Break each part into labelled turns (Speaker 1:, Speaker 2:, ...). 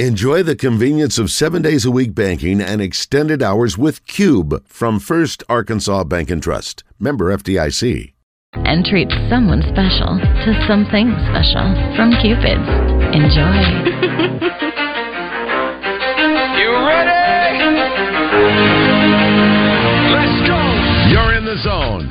Speaker 1: Enjoy the convenience of seven days a week banking and extended hours with Cube from First Arkansas Bank and Trust. Member FDIC.
Speaker 2: and treat someone special to something special from Cupid's. Enjoy.
Speaker 3: You ready? Let's go!
Speaker 4: You're in the zone.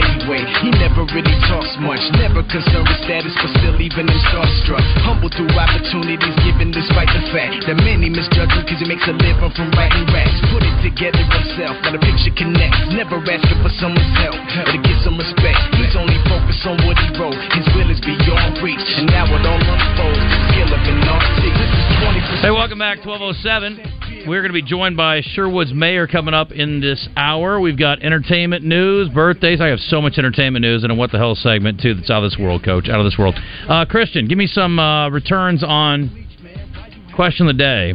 Speaker 3: anyway? He never really talks much, never concerned with status, but still even him starstruck. Humble through opportunities given despite the fact that many misjudge him because he makes a living from writing raps. Put it together himself, got a picture connects. Never asking for someone's help or to get some respect. He's only focused on what he wrote. His will is beyond reach, and now it all unfolds. The skill of an artist. This is 20%.
Speaker 5: Hey, welcome back, 1207. We're going to be joined by Sherwood's mayor coming up in this hour. We've got entertainment news, birthdays. I have so much entertainment news and a what the hell segment, too, that's out of this world, coach. Out of this world. Uh, Christian, give me some uh, returns on question of the day.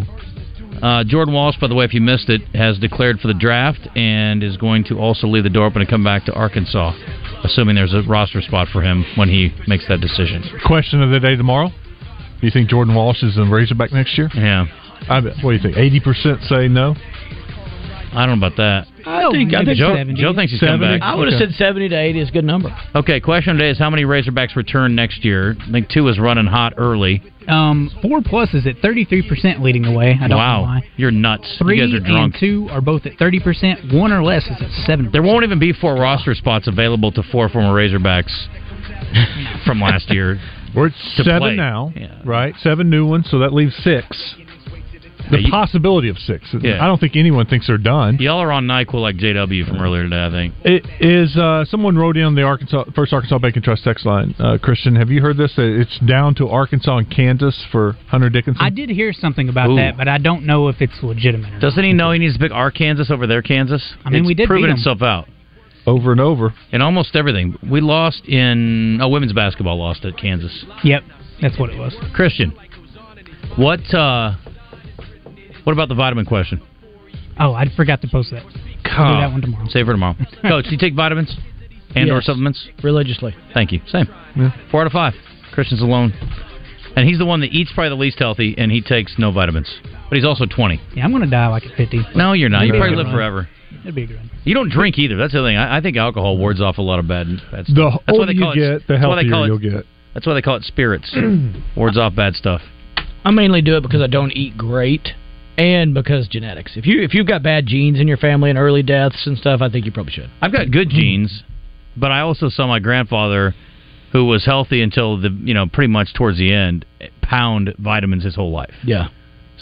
Speaker 5: Uh, Jordan Walsh, by the way, if you missed it, has declared for the draft and is going to also leave the door open to come back to Arkansas, assuming there's a roster spot for him when he makes that decision.
Speaker 6: Question of the day tomorrow. Do you think Jordan Walsh is in Razorback next year?
Speaker 5: Yeah.
Speaker 6: I bet, what do you think? Eighty percent say no.
Speaker 5: I don't know about that.
Speaker 7: I think, I think
Speaker 5: Joe,
Speaker 7: 70.
Speaker 5: Joe thinks he's coming back.
Speaker 7: I would have said 70 to 80 is a good number.
Speaker 5: Okay, question today is how many Razorbacks return next year? I think two is running hot early.
Speaker 8: Um, four plus is at 33% leading the way. I don't
Speaker 5: wow,
Speaker 8: know why.
Speaker 5: you're nuts.
Speaker 8: Three
Speaker 5: you guys are drunk.
Speaker 8: and two are both at 30%. One or less is at 7%.
Speaker 5: There won't even be four roster spots available to four former Razorbacks from last year.
Speaker 6: We're at
Speaker 5: to
Speaker 6: seven
Speaker 5: play.
Speaker 6: now,
Speaker 5: Yeah.
Speaker 6: right? Seven new ones, so that leaves six. The
Speaker 5: Yeah, you-
Speaker 6: possibility of six.
Speaker 5: Yeah.
Speaker 6: I don't think anyone thinks they're done.
Speaker 5: Y'all are on NyQuil like JW from earlier today, I think.
Speaker 6: It is uh, someone wrote in the Arkansas First Arkansas Bank and Trust text line. Uh, Christian, have you heard this? That it's down to Arkansas and Kansas for Hunter Dickinson.
Speaker 8: I did hear something about
Speaker 5: Ooh.
Speaker 8: that, but I don't know if it's legitimate. Or not.
Speaker 5: Doesn't he know he needs to pick our Kansas over their Kansas?
Speaker 8: I mean,
Speaker 5: It's
Speaker 8: we did
Speaker 5: proven
Speaker 8: beat 'em.
Speaker 5: itself out
Speaker 6: over and over.
Speaker 5: in almost everything. We lost in oh, women's basketball lost at Kansas.
Speaker 8: Yep, that's what it was.
Speaker 5: Christian, what uh, what about the vitamin question?
Speaker 8: Oh, I forgot to post that. I'll do that one tomorrow.
Speaker 5: Save for tomorrow. Coach, do you take vitamins and or
Speaker 7: Yes.
Speaker 5: supplements?
Speaker 7: Religiously.
Speaker 5: Thank you. Same.
Speaker 6: Yeah.
Speaker 5: Four out of five. Christian's alone. And he's the one that eats probably the least healthy, and he takes no vitamins. But he's also 20.
Speaker 8: Yeah, I'm going to die like at 50.
Speaker 5: No, you're not. You
Speaker 8: Maybe
Speaker 5: probably
Speaker 8: I
Speaker 5: live
Speaker 8: will.
Speaker 5: forever.
Speaker 8: That'd be a good one.
Speaker 5: You don't drink either. That's the other thing. I, I think alcohol wards off a lot of bad. bad stuff.
Speaker 6: The
Speaker 5: That's why
Speaker 6: older
Speaker 5: they
Speaker 6: you
Speaker 5: call it,
Speaker 6: get, the
Speaker 5: that's why they
Speaker 6: healthier
Speaker 5: call it-
Speaker 6: you'll get.
Speaker 5: That's why they call it spirits. wards off bad stuff.
Speaker 7: I mainly do it because I don't eat great and because genetics. If you if you've got bad genes in your family and early deaths and stuff, I think you probably should.
Speaker 5: I've got good
Speaker 6: Mm-hmm.
Speaker 5: genes, but I also saw my grandfather, who was healthy until the you know pretty much towards the end, pound vitamins his whole life.
Speaker 7: Yeah.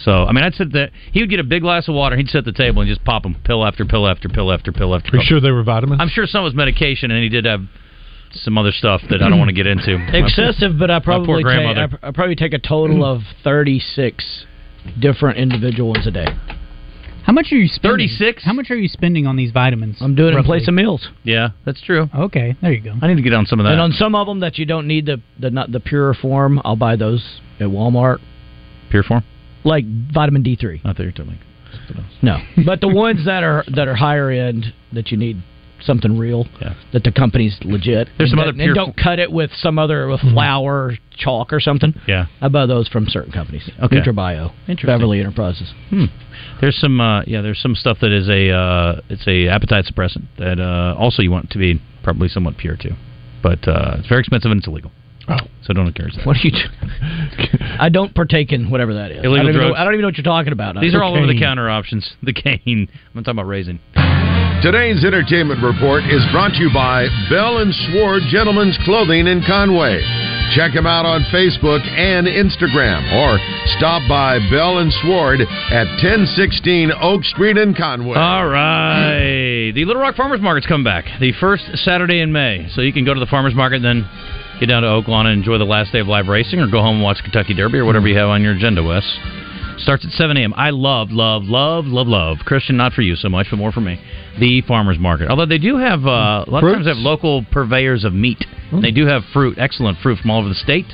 Speaker 5: So I mean, I'd sit that he would get a big glass of water, he'd set the table and just pop them pill after pill after pill after pill after.
Speaker 6: Are
Speaker 5: Pill.
Speaker 6: you sure they were vitamins?
Speaker 5: I'm sure some was medication, and he did have some other stuff that I don't want to get into.
Speaker 7: Excessive, but I probably take, I,
Speaker 5: grandmother.
Speaker 7: I probably take a total of 36 different individual ones a day.
Speaker 8: How much are you spending?
Speaker 5: 36?
Speaker 8: How much are you spending on these vitamins?
Speaker 7: I'm doing it in
Speaker 8: roughly?
Speaker 7: place of meals.
Speaker 5: Yeah, that's true.
Speaker 8: Okay, there you go.
Speaker 5: I need to get on some of that.
Speaker 7: And on some of them that you don't need the the not the pure form, I'll buy those at Walmart,
Speaker 5: Pure form.
Speaker 7: like vitamin D3.
Speaker 5: I thought you were talking. something else.
Speaker 7: No, but the ones that are that are higher end that you need something real
Speaker 5: Yeah.
Speaker 7: that the company's legit. and
Speaker 5: There's some
Speaker 7: that-
Speaker 5: other
Speaker 7: and
Speaker 5: pure-
Speaker 7: don't cut it with some other with flour, chalk, or something.
Speaker 5: Yeah.
Speaker 7: I buy those from certain companies.
Speaker 5: Okay.
Speaker 7: NutriBio,
Speaker 5: Interesting.
Speaker 7: Beverly Enterprises.
Speaker 5: There's some uh, yeah, there's some stuff that is a uh, it's a appetite suppressant that uh, also you want to be probably somewhat pure too, but uh, it's very expensive and it's illegal.
Speaker 6: Oh.
Speaker 5: So don't encourage that.
Speaker 7: What are you? Do? I don't partake in whatever that is.
Speaker 5: Illegal
Speaker 7: I don't even know-
Speaker 5: drugs.
Speaker 7: I don't even know what you're talking about.
Speaker 5: These are all
Speaker 6: Cocaine.
Speaker 5: over the counter options. The cane. I'm talking about raisin.
Speaker 4: Today's entertainment report is brought to you by Bell and Sword Gentlemen's Clothing in Conway. Check them out on Facebook and Instagram or stop by Bell and Sward at 1016 Oak Street in Conway.
Speaker 5: All right. The Little Rock Farmers Market's come back the first Saturday in May. So you can go to the farmers market and then get down to Oaklawn and enjoy the last day of live racing or go home and watch Kentucky Derby or whatever you have on your agenda, Wes. Starts at 7 a.m. I love, love, love, love, love. Christian, not for you so much, but more for me. The farmers market. Although they do have, uh, a lot of times they have local purveyors of meat. And They do have fruit, excellent fruit from all over the state.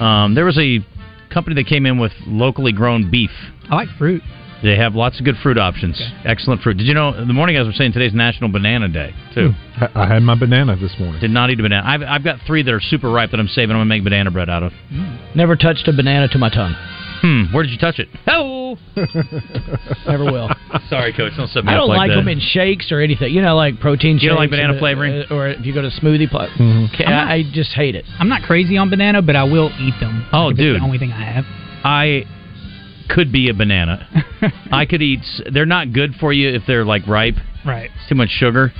Speaker 5: Um, there was a company that came in with locally grown beef.
Speaker 8: I like fruit.
Speaker 5: They have lots of good fruit options. Excellent fruit. Did you know, the morning guys were saying today's National Banana Day, too.
Speaker 7: Hmm.
Speaker 6: Hmm. I- I had my banana this morning.
Speaker 5: Did not eat a banana. I've, I've got three that are super ripe that I'm saving. I'm going to make banana bread out of.
Speaker 7: Never touched a banana to my tongue.
Speaker 5: Hmm, where did you touch it?
Speaker 7: Oh, never will.
Speaker 5: Sorry, Coach. Don't set me
Speaker 7: I
Speaker 5: up
Speaker 7: don't like,
Speaker 5: like,
Speaker 7: them
Speaker 5: that.
Speaker 7: in shakes or anything. You know, like protein.
Speaker 5: You don't like
Speaker 7: shakes
Speaker 5: banana
Speaker 7: or-
Speaker 5: flavoring?
Speaker 7: or if you go to smoothie. Pl- okay, I, I just hate it.
Speaker 8: I'm not crazy on banana, but I will eat them.
Speaker 5: Oh,
Speaker 8: If it's
Speaker 5: dude.
Speaker 8: the only thing I have.
Speaker 5: I could be a banana. I could eat, s- they're not good for you if they're like ripe.
Speaker 8: Right.
Speaker 5: It's too much sugar,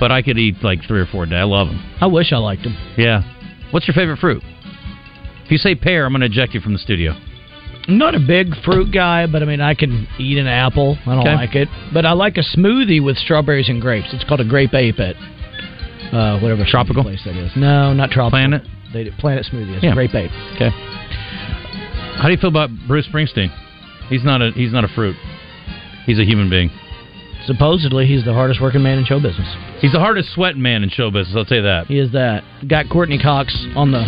Speaker 5: but I could eat like three or four a day. I love them.
Speaker 7: I wish I liked them.
Speaker 5: Yeah. What's your favorite fruit? If you say pear, I'm going to eject you from the studio.
Speaker 7: I'm not a big fruit guy, but I mean, I can eat an apple. I don't
Speaker 5: Okay.
Speaker 7: like it, but I like a smoothie with strawberries and grapes. It's called a grape ape at uh, whatever tropical place that is. No, not tropical.
Speaker 5: Planet?
Speaker 7: They do Planet Smoothie. It's
Speaker 5: Yeah.
Speaker 7: grape ape.
Speaker 5: Okay. How do you feel about Bruce Springsteen? He's not a he's not a fruit. He's a human being.
Speaker 7: Supposedly, he's the hardest working man in show business.
Speaker 5: He's the hardest sweating man in show business. I'll tell you that.
Speaker 7: He is that. Got Courtney Cox on the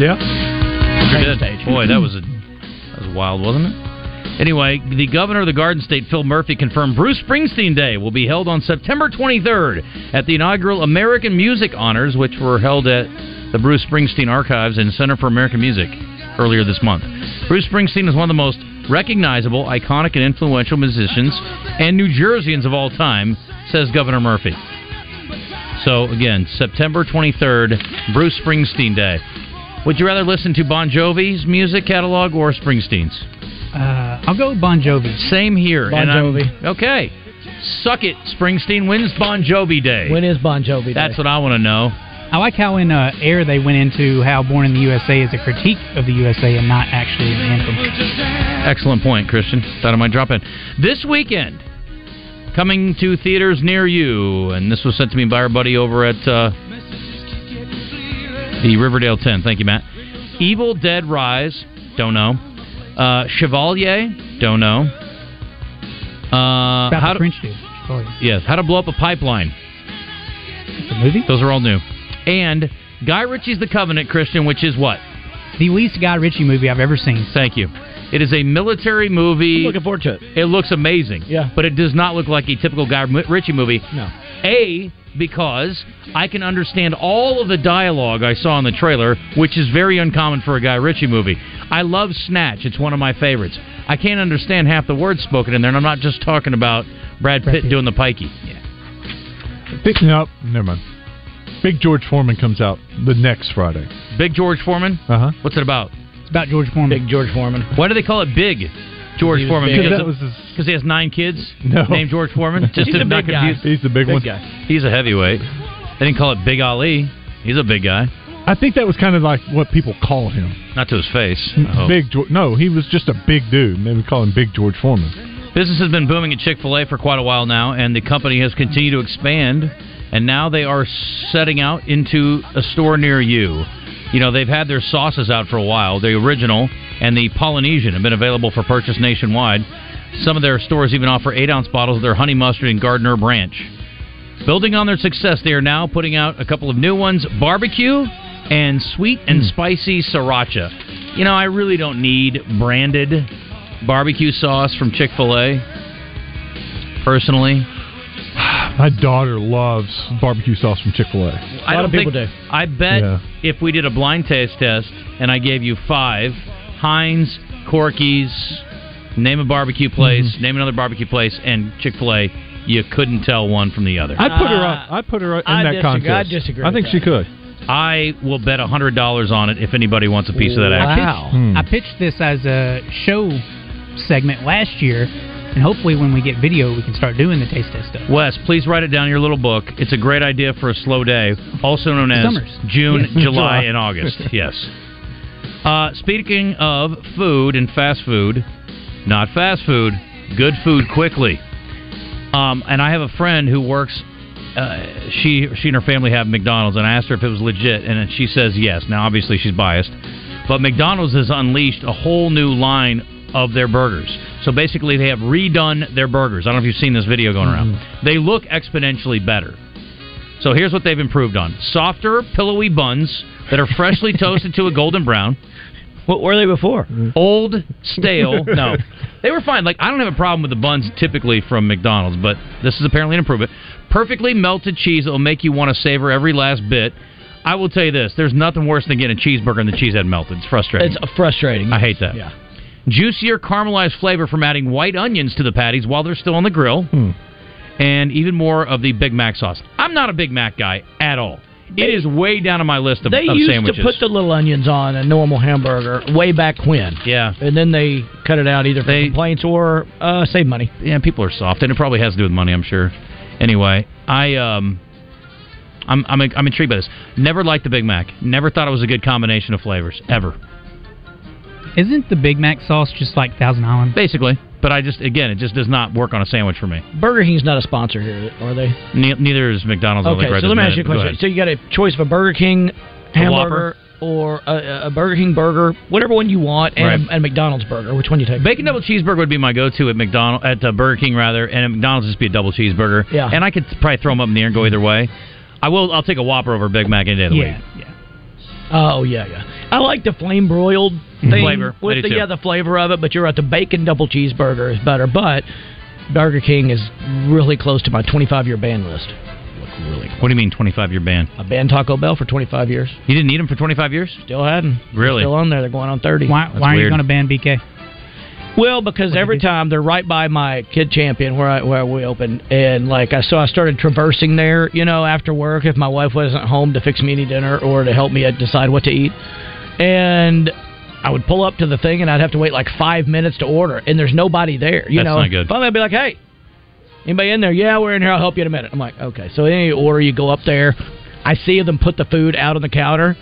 Speaker 6: Yeah.
Speaker 5: Sure
Speaker 7: main
Speaker 5: did.
Speaker 7: stage.
Speaker 5: Boy, that was a that was wild, wasn't it? Anyway, the governor of the Garden State, Phil Murphy, confirmed Bruce Springsteen Day will be held on September 23rd at the inaugural American Music Honors, which were held at the Bruce Springsteen Archives and Center for American Music earlier this month. Bruce Springsteen is one of the most recognizable, iconic, and influential musicians and New Jerseyans of all time, says Governor Murphy. So, again, September 23rd, Bruce Springsteen Day. Would you rather listen to Bon Jovi's music catalog or Springsteen's?
Speaker 8: Uh, I'll go Bon Jovi.
Speaker 5: Same here.
Speaker 7: Bon
Speaker 5: and I'm-
Speaker 7: Jovi.
Speaker 5: okay. Suck it, Springsteen. When's Bon Jovi Day?
Speaker 7: When is Bon Jovi? Day?
Speaker 5: That's what I want to know.
Speaker 8: I like how in uh, air they went into how Born in the USA is a critique of the USA and not actually an anthem.
Speaker 5: Excellent point, Christian. Thought I might drop in. This weekend, coming to theaters near you, and this was sent to me by our buddy over at uh, the Riverdale 10. Thank you, Matt. Evil Dead Rise, don't know. Uh, Chevalier, don't know. Uh,
Speaker 8: About
Speaker 5: how
Speaker 8: the
Speaker 5: to,
Speaker 8: French dude. Sorry.
Speaker 5: yes, how to blow up a pipeline.
Speaker 8: It's a movie?
Speaker 5: Those are all new. And Guy Ritchie's The Covenant, Christian, which is what?
Speaker 8: The least Guy Ritchie movie I've ever seen.
Speaker 5: Thank you. It is a military movie.
Speaker 7: I'm looking forward to it.
Speaker 5: It looks amazing.
Speaker 7: Yeah.
Speaker 5: But it does not look like a typical Guy M- Ritchie movie.
Speaker 7: No.
Speaker 5: A, because I can understand all of the dialogue I saw in the trailer, which is very uncommon for a Guy Ritchie movie. I love Snatch. It's one of my favorites. I can't understand half the words spoken in there, and I'm not just talking about Brad Pitt,
Speaker 8: Brad Pitt.
Speaker 5: doing the pikey.
Speaker 6: Picking up. Never mind. Big George Foreman comes out the next Friday.
Speaker 5: Big George Foreman?
Speaker 6: Uh huh.
Speaker 5: What's it about?
Speaker 8: It's about George Foreman.
Speaker 7: Big George Foreman.
Speaker 5: Why do they call it Big George
Speaker 7: He was
Speaker 5: Foreman?
Speaker 7: big.
Speaker 5: Because
Speaker 6: That
Speaker 5: of-
Speaker 6: was his,
Speaker 5: Because he has nine kids
Speaker 6: No.
Speaker 5: named George Foreman. Just
Speaker 7: He's
Speaker 5: to
Speaker 7: a
Speaker 5: not
Speaker 7: big guy.
Speaker 5: confuse.
Speaker 6: he's the big, one.
Speaker 7: Big guy.
Speaker 5: He's a heavyweight. They didn't call it Big Ali. He's a big guy.
Speaker 6: I think that was kind of like what people call him.
Speaker 5: Not to his face. I
Speaker 7: Oh.
Speaker 5: hope.
Speaker 6: Big George. No, he was just a big dude. Maybe call him Big George Foreman.
Speaker 5: Business has been booming at Chick fil A for quite a while now, and the company has continued to expand. And now they are setting out into a store near you. You know, they've had their sauces out for a while. The original and the Polynesian have been available for purchase nationwide. Some of their stores even offer eight ounce bottles of their honey mustard and gardener branch. Building on their success, they are now putting out a couple of new ones barbecue and sweet and spicy sriracha. You know, I really don't need branded barbecue sauce from Chick fil A, personally.
Speaker 6: My daughter loves barbecue sauce from Chick Fil
Speaker 5: I
Speaker 6: A.
Speaker 7: lot
Speaker 5: don't
Speaker 7: of people
Speaker 5: think-
Speaker 7: do.
Speaker 5: I bet
Speaker 6: Yeah.
Speaker 5: if we did a blind taste test and I gave you five Heinz, Corky's, name a barbecue place,
Speaker 6: Mm-hmm.
Speaker 5: name another barbecue place, and Chick fil A, you couldn't tell one from the other.
Speaker 6: I put her
Speaker 7: Uh,
Speaker 6: up. I put her up in
Speaker 7: I
Speaker 6: that
Speaker 7: disagree-
Speaker 6: contest.
Speaker 7: I disagree
Speaker 6: I think
Speaker 7: with
Speaker 6: she
Speaker 7: that.
Speaker 6: could.
Speaker 5: I will bet $100 on it if anybody wants a piece of that action.
Speaker 7: Wow.
Speaker 6: Hmm.
Speaker 8: I pitched this as a show segment last year, and hopefully when we get video, we can start doing the taste test stuff.
Speaker 5: Wes, please write it down in your little book. It's a great idea for a slow day, also known as
Speaker 8: Summers.
Speaker 5: June,
Speaker 8: Yeah.
Speaker 5: July,
Speaker 6: July.
Speaker 5: and August. Yes. Uh, speaking of food and fast food, not fast food, good food quickly. Um, and I have a friend who works. Uh, she she and her family have McDonald's, and I asked her if it was legit, and then she says yes. Now, obviously, she's biased, but McDonald's has unleashed a whole new line of their burgers. So basically, they have redone their burgers. I don't know if you've seen this video going around. They look exponentially better. So here's what they've improved on: softer, pillowy buns that are freshly toasted to a golden brown. What were they before? Old, stale. No, they were fine. Like I don't have a problem with the buns typically from McDonald's, but this is apparently an improvement. Perfectly melted cheese that will make you want to savor every last bit. I will tell you this: there's nothing worse than getting a cheeseburger and the cheese had melted. It's frustrating.
Speaker 7: It's frustrating.
Speaker 5: I hate that.
Speaker 7: Yeah.
Speaker 5: Juicier caramelized flavor from adding white onions to the patties while they're still on the grill.
Speaker 7: Hmm.
Speaker 5: And even more of the Big Mac sauce. I'm not a Big Mac guy at all. it is way down on my list of,
Speaker 7: They
Speaker 5: of
Speaker 7: used
Speaker 5: sandwiches.
Speaker 7: to put the little onions on a normal hamburger way back when.
Speaker 5: yeah.
Speaker 7: And then they cut it out either for complaints or uh, save money.
Speaker 5: Yeah, people are soft, and it probably has to do with money, I'm sure. Anyway, I um, I'm I'm, I'm intrigued by this. Never liked the Big Mac. Never thought it was a good combination of flavors ever.
Speaker 8: Isn't the Big Mac sauce just like Thousand Island?
Speaker 5: Basically, but I just again, it just does not work on a sandwich for me.
Speaker 7: Burger King's not a sponsor here, are they?
Speaker 5: Ne- neither is McDonald's. I don't think,
Speaker 7: Okay,
Speaker 5: right
Speaker 7: so
Speaker 5: this
Speaker 7: let me ask you a
Speaker 5: minute. Go
Speaker 7: question.
Speaker 5: ahead.
Speaker 7: So you got a choice of a Burger King hamburger
Speaker 5: Whopper?
Speaker 7: or a, a Burger King burger, whatever one you want, and,
Speaker 5: Right.
Speaker 7: a, and a McDonald's burger. Which one you take?
Speaker 5: Bacon double cheeseburger would be my go-to at McDonald at uh, Burger King rather, and at McDonald's just be a double cheeseburger.
Speaker 7: Yeah.
Speaker 5: and I could probably throw them up in the air and go either way. I will. I'll take a Whopper over Big Mac any day of the
Speaker 7: Yeah,
Speaker 5: week.
Speaker 7: Oh yeah, yeah. I like the flame broiled thing
Speaker 5: Flavor. I do
Speaker 7: with the
Speaker 5: too.
Speaker 7: yeah the flavor of it, but you're right. The bacon double cheeseburger is better, but Burger King is really close to my 25 year ban list.
Speaker 5: What do you mean 25-year ban?
Speaker 7: I banned Taco Bell for 25 years.
Speaker 5: You didn't eat them for 25 years?
Speaker 7: Still hadn't.
Speaker 5: Really?
Speaker 7: Still on there. They're going on 30.
Speaker 8: Why, why are you going to ban BK?
Speaker 7: Well, because every time they're right by my kid champion where I where we opened, and like I so I started traversing there, you know, after work if my wife wasn't home to fix me any dinner or to help me uh, decide what to eat, and I would pull up to the thing and I'd have to wait like five minutes to order, and there's nobody there. You
Speaker 5: That's
Speaker 7: know,
Speaker 5: not good.
Speaker 7: Finally, I'd be like, hey, anybody in there? Yeah, we're in here. I'll help you in a minute. I'm like, okay. So then you order, you go up there. I see them put the food out on the counter,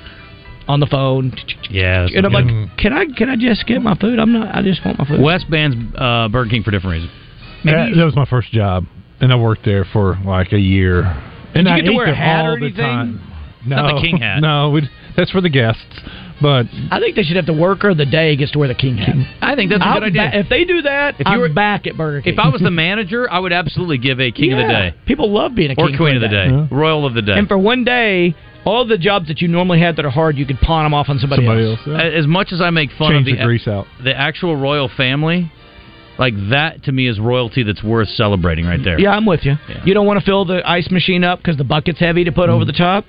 Speaker 7: on the phone,
Speaker 5: Yeah. that's
Speaker 7: and
Speaker 5: not
Speaker 7: I'm
Speaker 5: good.
Speaker 7: like, can I can I just get my food? I'm not. I just want my food.
Speaker 5: Wes bans uh, Burger King for different reasons.
Speaker 6: That, that was my first job, and I worked there for like a year. And
Speaker 7: you
Speaker 6: I
Speaker 7: get to
Speaker 6: ate
Speaker 7: wear a
Speaker 6: there
Speaker 7: hat
Speaker 6: all
Speaker 7: or
Speaker 6: the
Speaker 7: anything?
Speaker 6: time. No,
Speaker 5: Not the king hat.
Speaker 6: No, we that's for the guests. But
Speaker 7: I think they should have the worker of the day gets to wear the king hat.
Speaker 5: I think that's a
Speaker 7: I'll
Speaker 5: good idea.
Speaker 7: ba- if they do that,
Speaker 5: If
Speaker 7: if
Speaker 5: you
Speaker 7: you I'm
Speaker 5: were-
Speaker 7: back at Burger King.
Speaker 5: if I was the manager, I would absolutely give a king of the
Speaker 7: Yeah.
Speaker 5: day
Speaker 7: people love being a
Speaker 5: or
Speaker 7: king
Speaker 5: queen of the day,
Speaker 6: Yeah.
Speaker 5: royal of the day.
Speaker 7: And for one day, all the jobs that you normally had that are hard, you could pawn them off on somebody, Uh,
Speaker 6: somebody else. yeah.
Speaker 5: A- as much as I make fun
Speaker 6: Change
Speaker 5: of
Speaker 6: the, grease out.
Speaker 5: the actual royal family, like that to me is royalty that's worth celebrating right there.
Speaker 7: Yeah, I'm with you.
Speaker 5: Yeah. Mm-hmm.
Speaker 7: You don't want to fill the ice machine up because the bucket's heavy to put over the top.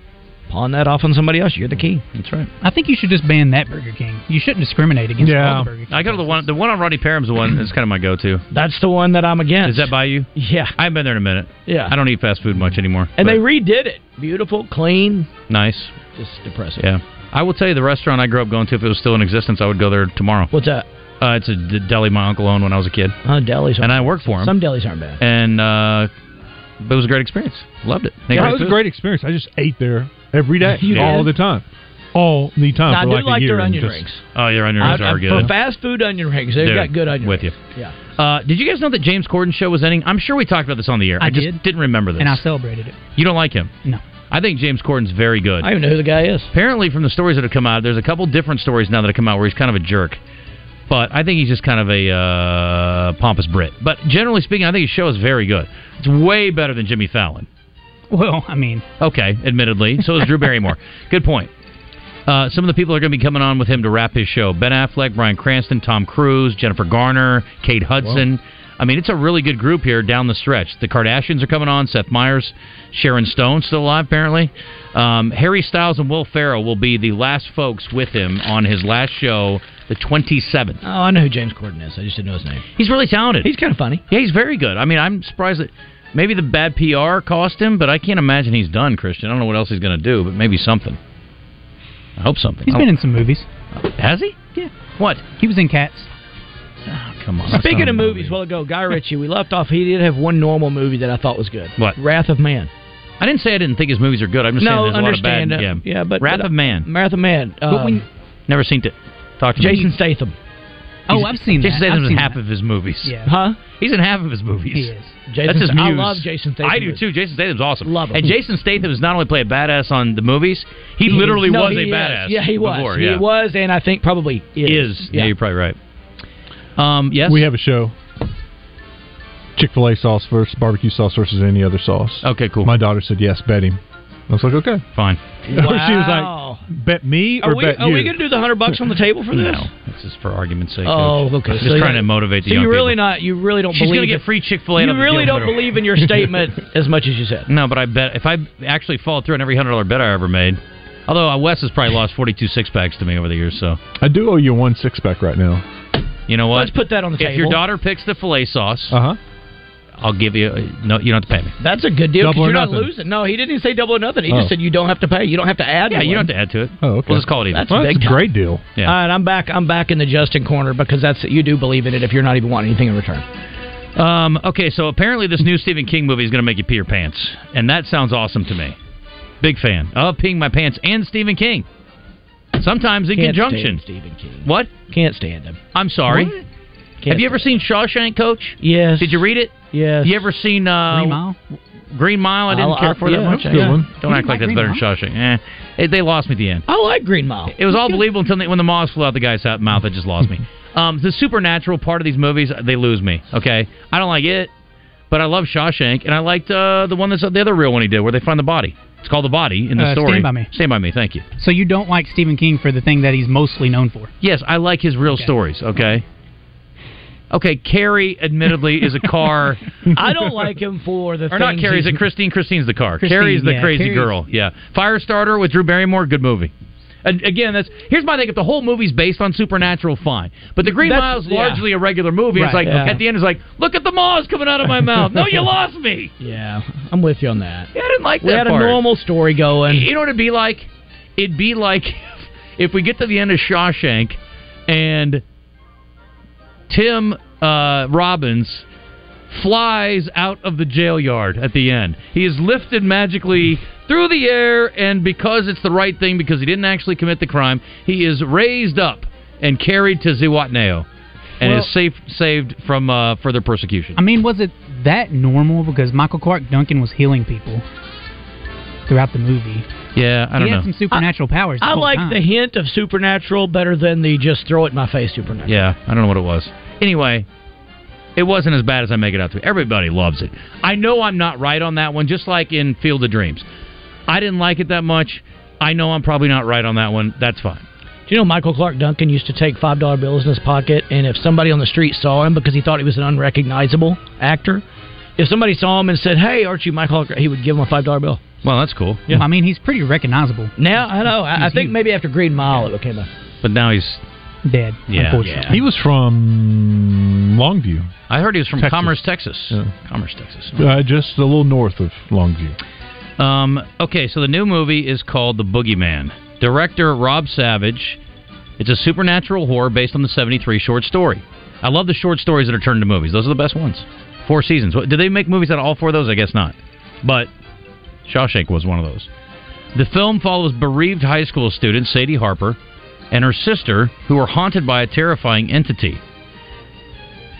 Speaker 7: Pawn that off on somebody else. You're the king.
Speaker 5: that's right.
Speaker 8: I think you should just ban that Burger King. You shouldn't discriminate against
Speaker 6: Yeah.
Speaker 8: all the Burger King.
Speaker 5: I go to the one, the one on Rodney Parham's the one that's kind of my go-to.
Speaker 7: That's the one that I'm against.
Speaker 5: Is that by you?
Speaker 7: yeah,
Speaker 5: I haven't been there in a minute.
Speaker 7: yeah.
Speaker 5: I don't eat fast food much anymore.
Speaker 7: and
Speaker 5: but
Speaker 7: they redid it. Beautiful, clean,
Speaker 5: nice.
Speaker 7: just depressing.
Speaker 5: Yeah. I will tell you the restaurant I grew up going to, if it was still in existence, I would go there tomorrow.
Speaker 7: What's that?
Speaker 5: Uh, it's a d- deli my uncle owned when I was a kid,
Speaker 7: Uh, delis. Aren't,
Speaker 5: and I worked for him.
Speaker 7: some delis aren't bad.
Speaker 5: and uh, it was a great experience. Loved it. They
Speaker 6: Yeah,
Speaker 5: got
Speaker 6: it was a
Speaker 5: food.
Speaker 6: great experience. I just ate there every day,
Speaker 7: You
Speaker 6: all
Speaker 7: did?
Speaker 6: the time, all the time.
Speaker 7: Now, I
Speaker 6: for
Speaker 7: do
Speaker 6: like,
Speaker 7: like,
Speaker 6: a year
Speaker 7: their
Speaker 6: and
Speaker 7: onion
Speaker 6: just-
Speaker 7: rings.
Speaker 5: Oh, your onion rings
Speaker 7: I- I-
Speaker 5: are good.
Speaker 7: For fast food onion rings, they've
Speaker 5: Dude,
Speaker 7: got good onion
Speaker 5: with
Speaker 7: rings. you. Yeah.
Speaker 5: Uh, did you guys know that James Corden's show was ending? I'm sure we talked about this on the air. I,
Speaker 8: I
Speaker 5: just
Speaker 8: did.
Speaker 5: not remember this.
Speaker 8: and I celebrated it.
Speaker 5: you don't like him?
Speaker 8: No.
Speaker 5: I think James Corden's very good.
Speaker 7: I don't even know who the guy is.
Speaker 5: Apparently, from the stories that have come out, there's a couple different stories now that have come out where he's kind of a jerk. But I think he's just kind of a uh, pompous Brit. But generally speaking, I think his show is very good. It's way better than Jimmy Fallon.
Speaker 8: Well, I mean,
Speaker 5: Okay, admittedly. So is Drew Barrymore. Good point. Uh, some of the people are going to be coming on with him to wrap his show. Ben Affleck, Brian Cranston, Tom Cruise, Jennifer Garner, Kate Hudson. I mean, it's a really good group here down the stretch. The Kardashians are coming on. Seth Meyers, Sharon Stone, still alive apparently. Um, Harry Styles and Will Ferrell will be the last folks with him on his last show, the 27th.
Speaker 7: Oh, I know who James Corden is. I just didn't know his name.
Speaker 5: He's really talented.
Speaker 7: He's kind of funny.
Speaker 5: yeah, he's very good. I mean, I'm surprised that maybe the bad PR cost him, but I can't imagine he's done, Christian. I don't know what else he's going to do, but maybe something. I hope something.
Speaker 8: he's
Speaker 5: I
Speaker 8: been in some movies.
Speaker 5: don't- has he?
Speaker 8: Yeah.
Speaker 5: Oh. What?
Speaker 8: He was in Cats.
Speaker 5: Oh, come on. that's
Speaker 7: Speaking
Speaker 5: not
Speaker 7: of movies,
Speaker 5: a movie.
Speaker 7: well ago, Guy Ritchie, we left off. He did have one normal movie that I thought was good.
Speaker 5: What?
Speaker 7: Wrath of Man.
Speaker 5: I didn't say I didn't think his movies are good. I'm just
Speaker 7: no,
Speaker 5: saying there's a lot of
Speaker 7: understand.
Speaker 5: bad.
Speaker 7: uh, yeah. but
Speaker 5: Wrath
Speaker 7: but,
Speaker 5: of Man.
Speaker 7: Wrath of Man.
Speaker 8: But
Speaker 7: um,
Speaker 8: when-
Speaker 5: Never seen it. Talk to
Speaker 7: Jason
Speaker 5: me.
Speaker 7: Statham.
Speaker 8: Oh,
Speaker 5: He's-
Speaker 8: I've seen
Speaker 5: Jason
Speaker 8: that. I've
Speaker 5: Statham's in
Speaker 8: seen
Speaker 5: half
Speaker 8: that.
Speaker 5: of his movies.
Speaker 8: Yeah.
Speaker 7: Huh?
Speaker 5: He's in half of his movies.
Speaker 8: He is.
Speaker 7: Jason
Speaker 5: That's his
Speaker 7: Sta- I
Speaker 5: muse.
Speaker 7: love Jason Statham.
Speaker 5: I do too. Jason Statham's awesome.
Speaker 7: Love him.
Speaker 5: And Jason Statham does not only play a badass on the movies, he, literally
Speaker 7: No,
Speaker 5: was
Speaker 7: he
Speaker 5: a
Speaker 7: is.
Speaker 5: badass.
Speaker 7: Yeah, he was.
Speaker 5: Before,
Speaker 7: He
Speaker 5: yeah.
Speaker 7: was, and I think probably is.
Speaker 5: Is. Yeah. you're probably right. Um, yes.
Speaker 6: We have a show. Chick Fil A sauce versus barbecue sauce versus any other sauce.
Speaker 5: Okay, cool.
Speaker 6: My daughter said yes, bet him. I was like, okay.
Speaker 5: Fine.
Speaker 6: she was
Speaker 7: Wow.
Speaker 6: like, bet me or
Speaker 7: Are we,
Speaker 6: bet
Speaker 7: are
Speaker 6: you.
Speaker 7: we going to do the hundred bucks on the table for this?
Speaker 5: No, this is for argument's sake.
Speaker 7: Oh,
Speaker 5: Coach.
Speaker 7: okay.
Speaker 5: Just
Speaker 7: So
Speaker 5: trying
Speaker 7: you-
Speaker 5: to motivate the
Speaker 7: So
Speaker 5: young
Speaker 7: you really
Speaker 5: people.
Speaker 7: not? You really don't
Speaker 5: She's
Speaker 7: believe
Speaker 5: gonna get
Speaker 7: it.
Speaker 5: free Chick Fil A.
Speaker 7: You really don't believe in your statement as much as you said.
Speaker 5: No, but I bet if I actually followed through on every hundred dollar bet I ever made. Although uh, Wes has probably lost forty two six packs to me over the years, so
Speaker 6: I do owe you one six pack right now.
Speaker 5: you know what?
Speaker 7: Let's put that on the
Speaker 5: if
Speaker 7: table.
Speaker 5: your daughter picks the filet sauce,
Speaker 6: Uh huh.
Speaker 5: I'll give you. uh, No, you don't have to pay me.
Speaker 7: That's a good deal because
Speaker 6: Double or
Speaker 7: you're not
Speaker 6: nothing.
Speaker 7: losing. No, he didn't even say double or nothing. He
Speaker 6: Oh.
Speaker 7: just said you don't have to pay. You don't have to add.
Speaker 5: Yeah, you
Speaker 7: one.
Speaker 5: don't have to add to it.
Speaker 6: Oh, okay.
Speaker 5: We'll just call it even.
Speaker 7: That's
Speaker 6: Well,
Speaker 7: big
Speaker 6: that's a
Speaker 7: time.
Speaker 6: great deal. Uh,
Speaker 5: Yeah.
Speaker 7: All right, I'm back. I'm back in the Justin corner because that's you do believe in it if you're not even wanting anything in return.
Speaker 5: Um, okay, so apparently this new Stephen King movie is going to make you pee your pants, and that sounds awesome to me. Big fan of peeing my pants and Stephen King. Sometimes in
Speaker 7: Can't
Speaker 5: conjunction.
Speaker 7: stand Stephen King.
Speaker 5: What?
Speaker 7: Can't stand him.
Speaker 5: I'm sorry.
Speaker 7: Can't
Speaker 5: Have you ever seen Shawshank, Coach?
Speaker 7: Yes.
Speaker 5: Did you read it?
Speaker 7: Yes.
Speaker 5: You ever seen uh,
Speaker 8: Green Mile?
Speaker 5: Green Mile? I didn't
Speaker 7: I'll-
Speaker 5: care
Speaker 7: I'll-
Speaker 5: for that
Speaker 7: yeah,
Speaker 5: much.
Speaker 7: I'll check it out.
Speaker 6: one.
Speaker 5: Don't
Speaker 8: You
Speaker 5: act
Speaker 8: didn't
Speaker 5: like
Speaker 8: like
Speaker 5: that's
Speaker 8: Green
Speaker 5: better than Shawshank. Eh, it- they lost me at the end.
Speaker 7: I like Green Mile.
Speaker 5: It was all believable until they, when the moths flew out the guy's hou- mouth. It just lost me. Um, the supernatural part of these movies, they lose me. Okay, I don't like it, but I love Shawshank, and I liked uh, the one that's the other real one he did, where they find the body. It's called the body in the
Speaker 8: Uh,
Speaker 5: story.
Speaker 8: Stand By Me.
Speaker 5: Stand by me. Thank you.
Speaker 8: So you don't like Stephen King for the thing that he's mostly known for.
Speaker 5: Yes, I like his real stories. Okay. Okay, Carrie admittedly is a car.
Speaker 7: I don't like him for the
Speaker 5: Or not
Speaker 7: things
Speaker 5: Carrie, is
Speaker 7: he's-
Speaker 5: it Christine? Christine's the car.
Speaker 8: Christine,
Speaker 5: Carrie's the
Speaker 8: yeah,
Speaker 5: crazy
Speaker 8: Carrie's-
Speaker 5: girl. Yeah. Firestarter with Drew Barrymore, good movie. And again, that's here's my thing. If the whole movie's based on supernatural, fine. But the Green
Speaker 7: That's-
Speaker 5: Mile's
Speaker 7: yeah.
Speaker 5: largely a regular movie. It's
Speaker 7: Right,
Speaker 5: like
Speaker 7: yeah.
Speaker 5: at the end, it's like, look at the moths coming out of my mouth. No, you lost me.
Speaker 7: Yeah, I'm with you on that.
Speaker 5: Yeah, I didn't like
Speaker 7: We
Speaker 5: that
Speaker 7: had
Speaker 5: part.
Speaker 7: a normal story going.
Speaker 5: You know what it'd be like? It'd be like if we get to the end of Shawshank and Tim uh, Robbins flies out of the jail yard at the end. He is lifted magically through the air, and because it's the right thing, because he didn't actually commit the crime, he is raised up and carried to Ziwatneo and
Speaker 8: Well-
Speaker 5: is safe, saved from uh, further persecution.
Speaker 8: I mean, was it that normal? Because Michael Clark Duncan was healing people throughout the movie.
Speaker 5: yeah, I don't
Speaker 8: he had
Speaker 5: know.
Speaker 8: some supernatural powers.
Speaker 7: I
Speaker 8: whole
Speaker 7: like
Speaker 8: time.
Speaker 7: the hint of supernatural better than the just throw it in my face supernatural.
Speaker 5: Yeah, I don't know what it was. Anyway, it wasn't as bad as I make it out to be. Everybody loves it. I know I'm not right on that one, just like in Field of Dreams. I didn't like it that much. I know I'm probably not right on that one. That's fine.
Speaker 7: Do you know Michael Clark Duncan used to take five dollar bills in his pocket, and if somebody on the street saw him because he thought he was an unrecognizable actor, if somebody saw him and said, "Hey, aren't you Michael?" Clark?" he would give him a five dollar bill.
Speaker 5: Well, that's cool.
Speaker 8: I mean, he's pretty recognizable.
Speaker 7: Now I know. I, I
Speaker 8: He's
Speaker 7: think
Speaker 8: huge.
Speaker 7: maybe after Green Mile it came up.
Speaker 5: But now he's.
Speaker 8: Dead,
Speaker 5: Yeah,
Speaker 8: unfortunately.
Speaker 5: yeah.
Speaker 6: He was from Longview,
Speaker 5: I heard he was from
Speaker 6: Texas.
Speaker 5: Commerce, Texas.
Speaker 6: Yeah.
Speaker 5: Commerce, Texas.
Speaker 6: uh, just a little north of Longview.
Speaker 5: Um, okay, so the new movie is called The Boogeyman. Director Rob Savage. It's a supernatural horror based on the 73 short story. I love the short stories that are turned into movies. Those are the best ones. Four seasons. What- Did they make movies out of all four of those? I guess not. But Shawshank was one of those. The film follows bereaved high school student Sadie Harper and her sister who are haunted by a terrifying entity.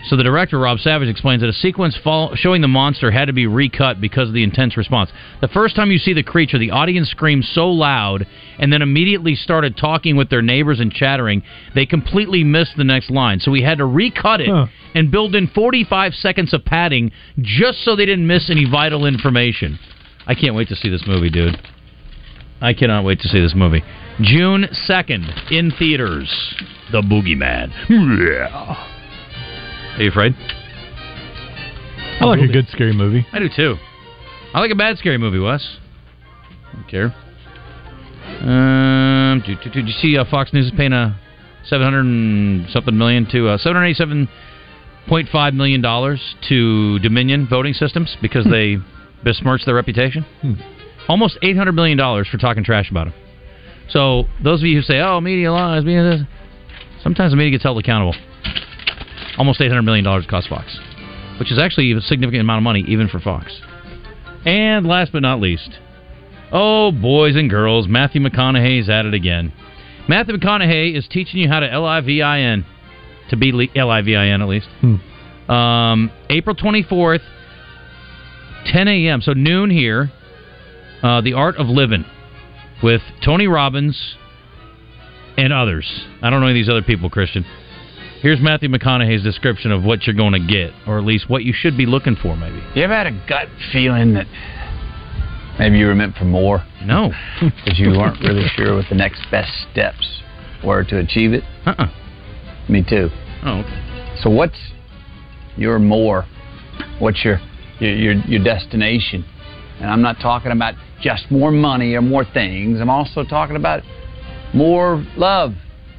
Speaker 5: So the director Rob Savage explains that a sequence fol- showing the monster had to be recut because of the intense response. The first time you see the creature, the audience screamed so loud and then immediately started talking with their neighbors and chattering, they completely missed the next line. So we had to recut it
Speaker 6: Huh.
Speaker 5: and build in 45 seconds of padding just so they didn't miss any vital information. I can't wait to see this movie, dude. I cannot wait to see this movie. June 2nd in theaters. The Boogeyman. Yeah. Are you afraid?
Speaker 6: I like a good scary movie.
Speaker 5: I do too. I like a bad scary movie, Wes. I don't care. Um, do, do, do, did you see uh, Fox News is paying a seven hundred and something million to uh, seven hundred eighty-seven point five million dollars to Dominion voting systems because they besmirched their reputation? Almost eight hundred million dollars for talking trash about them. So those of you who say, "Oh, media lies," media this," sometimes the media gets held accountable. Almost eight hundred million dollars cost Fox which is actually a significant amount of money even for Fox. And last but not least, oh boys and girls, Matthew McConaughey's at it again. Matthew McConaughey is teaching you how to L I V I N, to be le- L I V I N at least. Um, April 24th, 10 a.m., so noon here, uh, The Art of Living with Tony Robbins and others. I don't know any of these other people, Christian. Here's Matthew McConaughey's description of what you're going to get, or at least what you should be looking for, maybe.
Speaker 9: You ever had a gut feeling that maybe you were meant for more?
Speaker 5: No.
Speaker 9: Because you weren't really sure what the next best steps were to achieve it?
Speaker 5: Uh-uh.
Speaker 9: Me too.
Speaker 5: Oh,
Speaker 9: So what's your more? What's your your your, your destination? And I'm not talking about just more money or more things. I'm also talking about more love,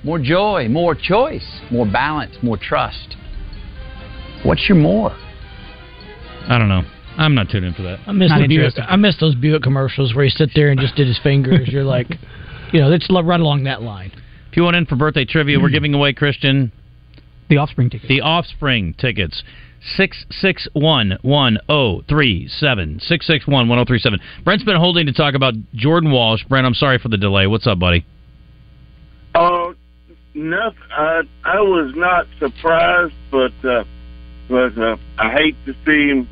Speaker 9: more joy, more choice, more balance, more trust. What's your more?
Speaker 5: I don't know. I'm not tuned in for that.
Speaker 7: I miss
Speaker 5: Not
Speaker 7: the Buick.
Speaker 5: interested.
Speaker 7: I miss those Buick commercials where he sit there and just did his fingers. You're like, you know, it's lo- right along that line.
Speaker 5: If you want in for birthday trivia, we're giving away, Christian.
Speaker 8: The offspring tickets.
Speaker 5: The offspring tickets. 661 1037. 661 1037. Brent's been holding to talk about Jordan Walsh. Brent, I'm sorry for the delay. What's up, buddy?
Speaker 10: Oh, nothing. I I was not surprised, but uh, but uh, I hate to see him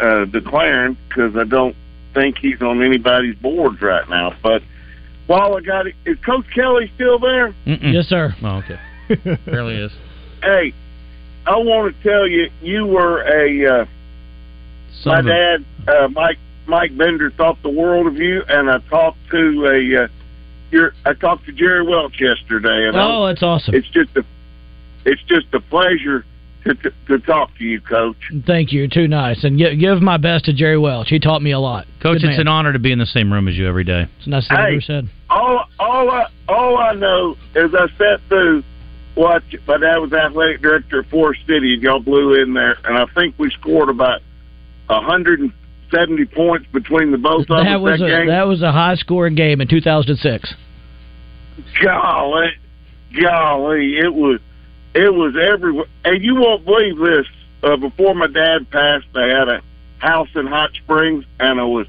Speaker 10: uh, declaring because I don't think he's on anybody's boards right now. But while I got it, is Coach Kelly still there?
Speaker 7: Yes, sir.
Speaker 5: Oh, okay. Apparently is.
Speaker 10: Hey, I want to tell you, you were a. Uh,
Speaker 5: Son
Speaker 10: my
Speaker 5: of a-
Speaker 10: dad, uh, Mike Mike Bender, thought the world of you, and I talked to a. Uh, your, I talked to Jerry Welch yesterday, and I,
Speaker 7: Oh, that's awesome.
Speaker 10: it's just a it's just a pleasure to to, to talk to you, Coach.
Speaker 7: Thank you. Too nice. And give, give my best to Jerry Welch. He taught me a lot.
Speaker 5: Coach,
Speaker 7: Good
Speaker 5: it's an
Speaker 7: man.
Speaker 5: honor to be in the same room as you every day.
Speaker 7: It's a nice thing
Speaker 10: Hey.
Speaker 7: you said.
Speaker 10: All all I all I know is I sat through watch. My dad was athletic director of Forest City, and y'all blew in there, and I think we scored about a hundred and seventy points between the both of
Speaker 7: That
Speaker 10: us
Speaker 7: was
Speaker 10: that
Speaker 7: a
Speaker 10: game.
Speaker 7: that was a high scoring game in 2006.
Speaker 10: golly, golly, it was it was everywhere. And you won't believe this. Uh, before my dad passed, I had a house in Hot Springs, and I was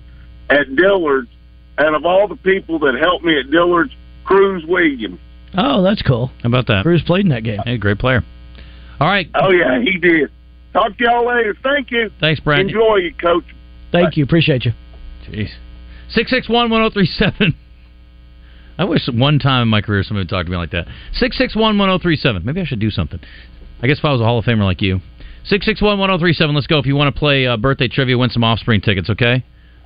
Speaker 10: at Dillard's. And of all the people that helped me at Dillard's, Cruz Williams.
Speaker 7: Oh, that's cool.
Speaker 5: How about that?
Speaker 7: Cruz played in that game.
Speaker 5: Hey, great player. All right.
Speaker 10: Oh yeah, he did. Talk to y'all later. Thank you.
Speaker 5: Thanks, Brent.
Speaker 10: Enjoy you, Coach.
Speaker 7: Thank you. Appreciate you.
Speaker 5: Jeez. 661 1037. I wish one time in my career somebody talked to me like that. 661 1037. Maybe I should do something. I guess if I was a Hall of Famer like you. 661 1037. Let's go. If you want to play uh, birthday trivia, win some offspring tickets, okay?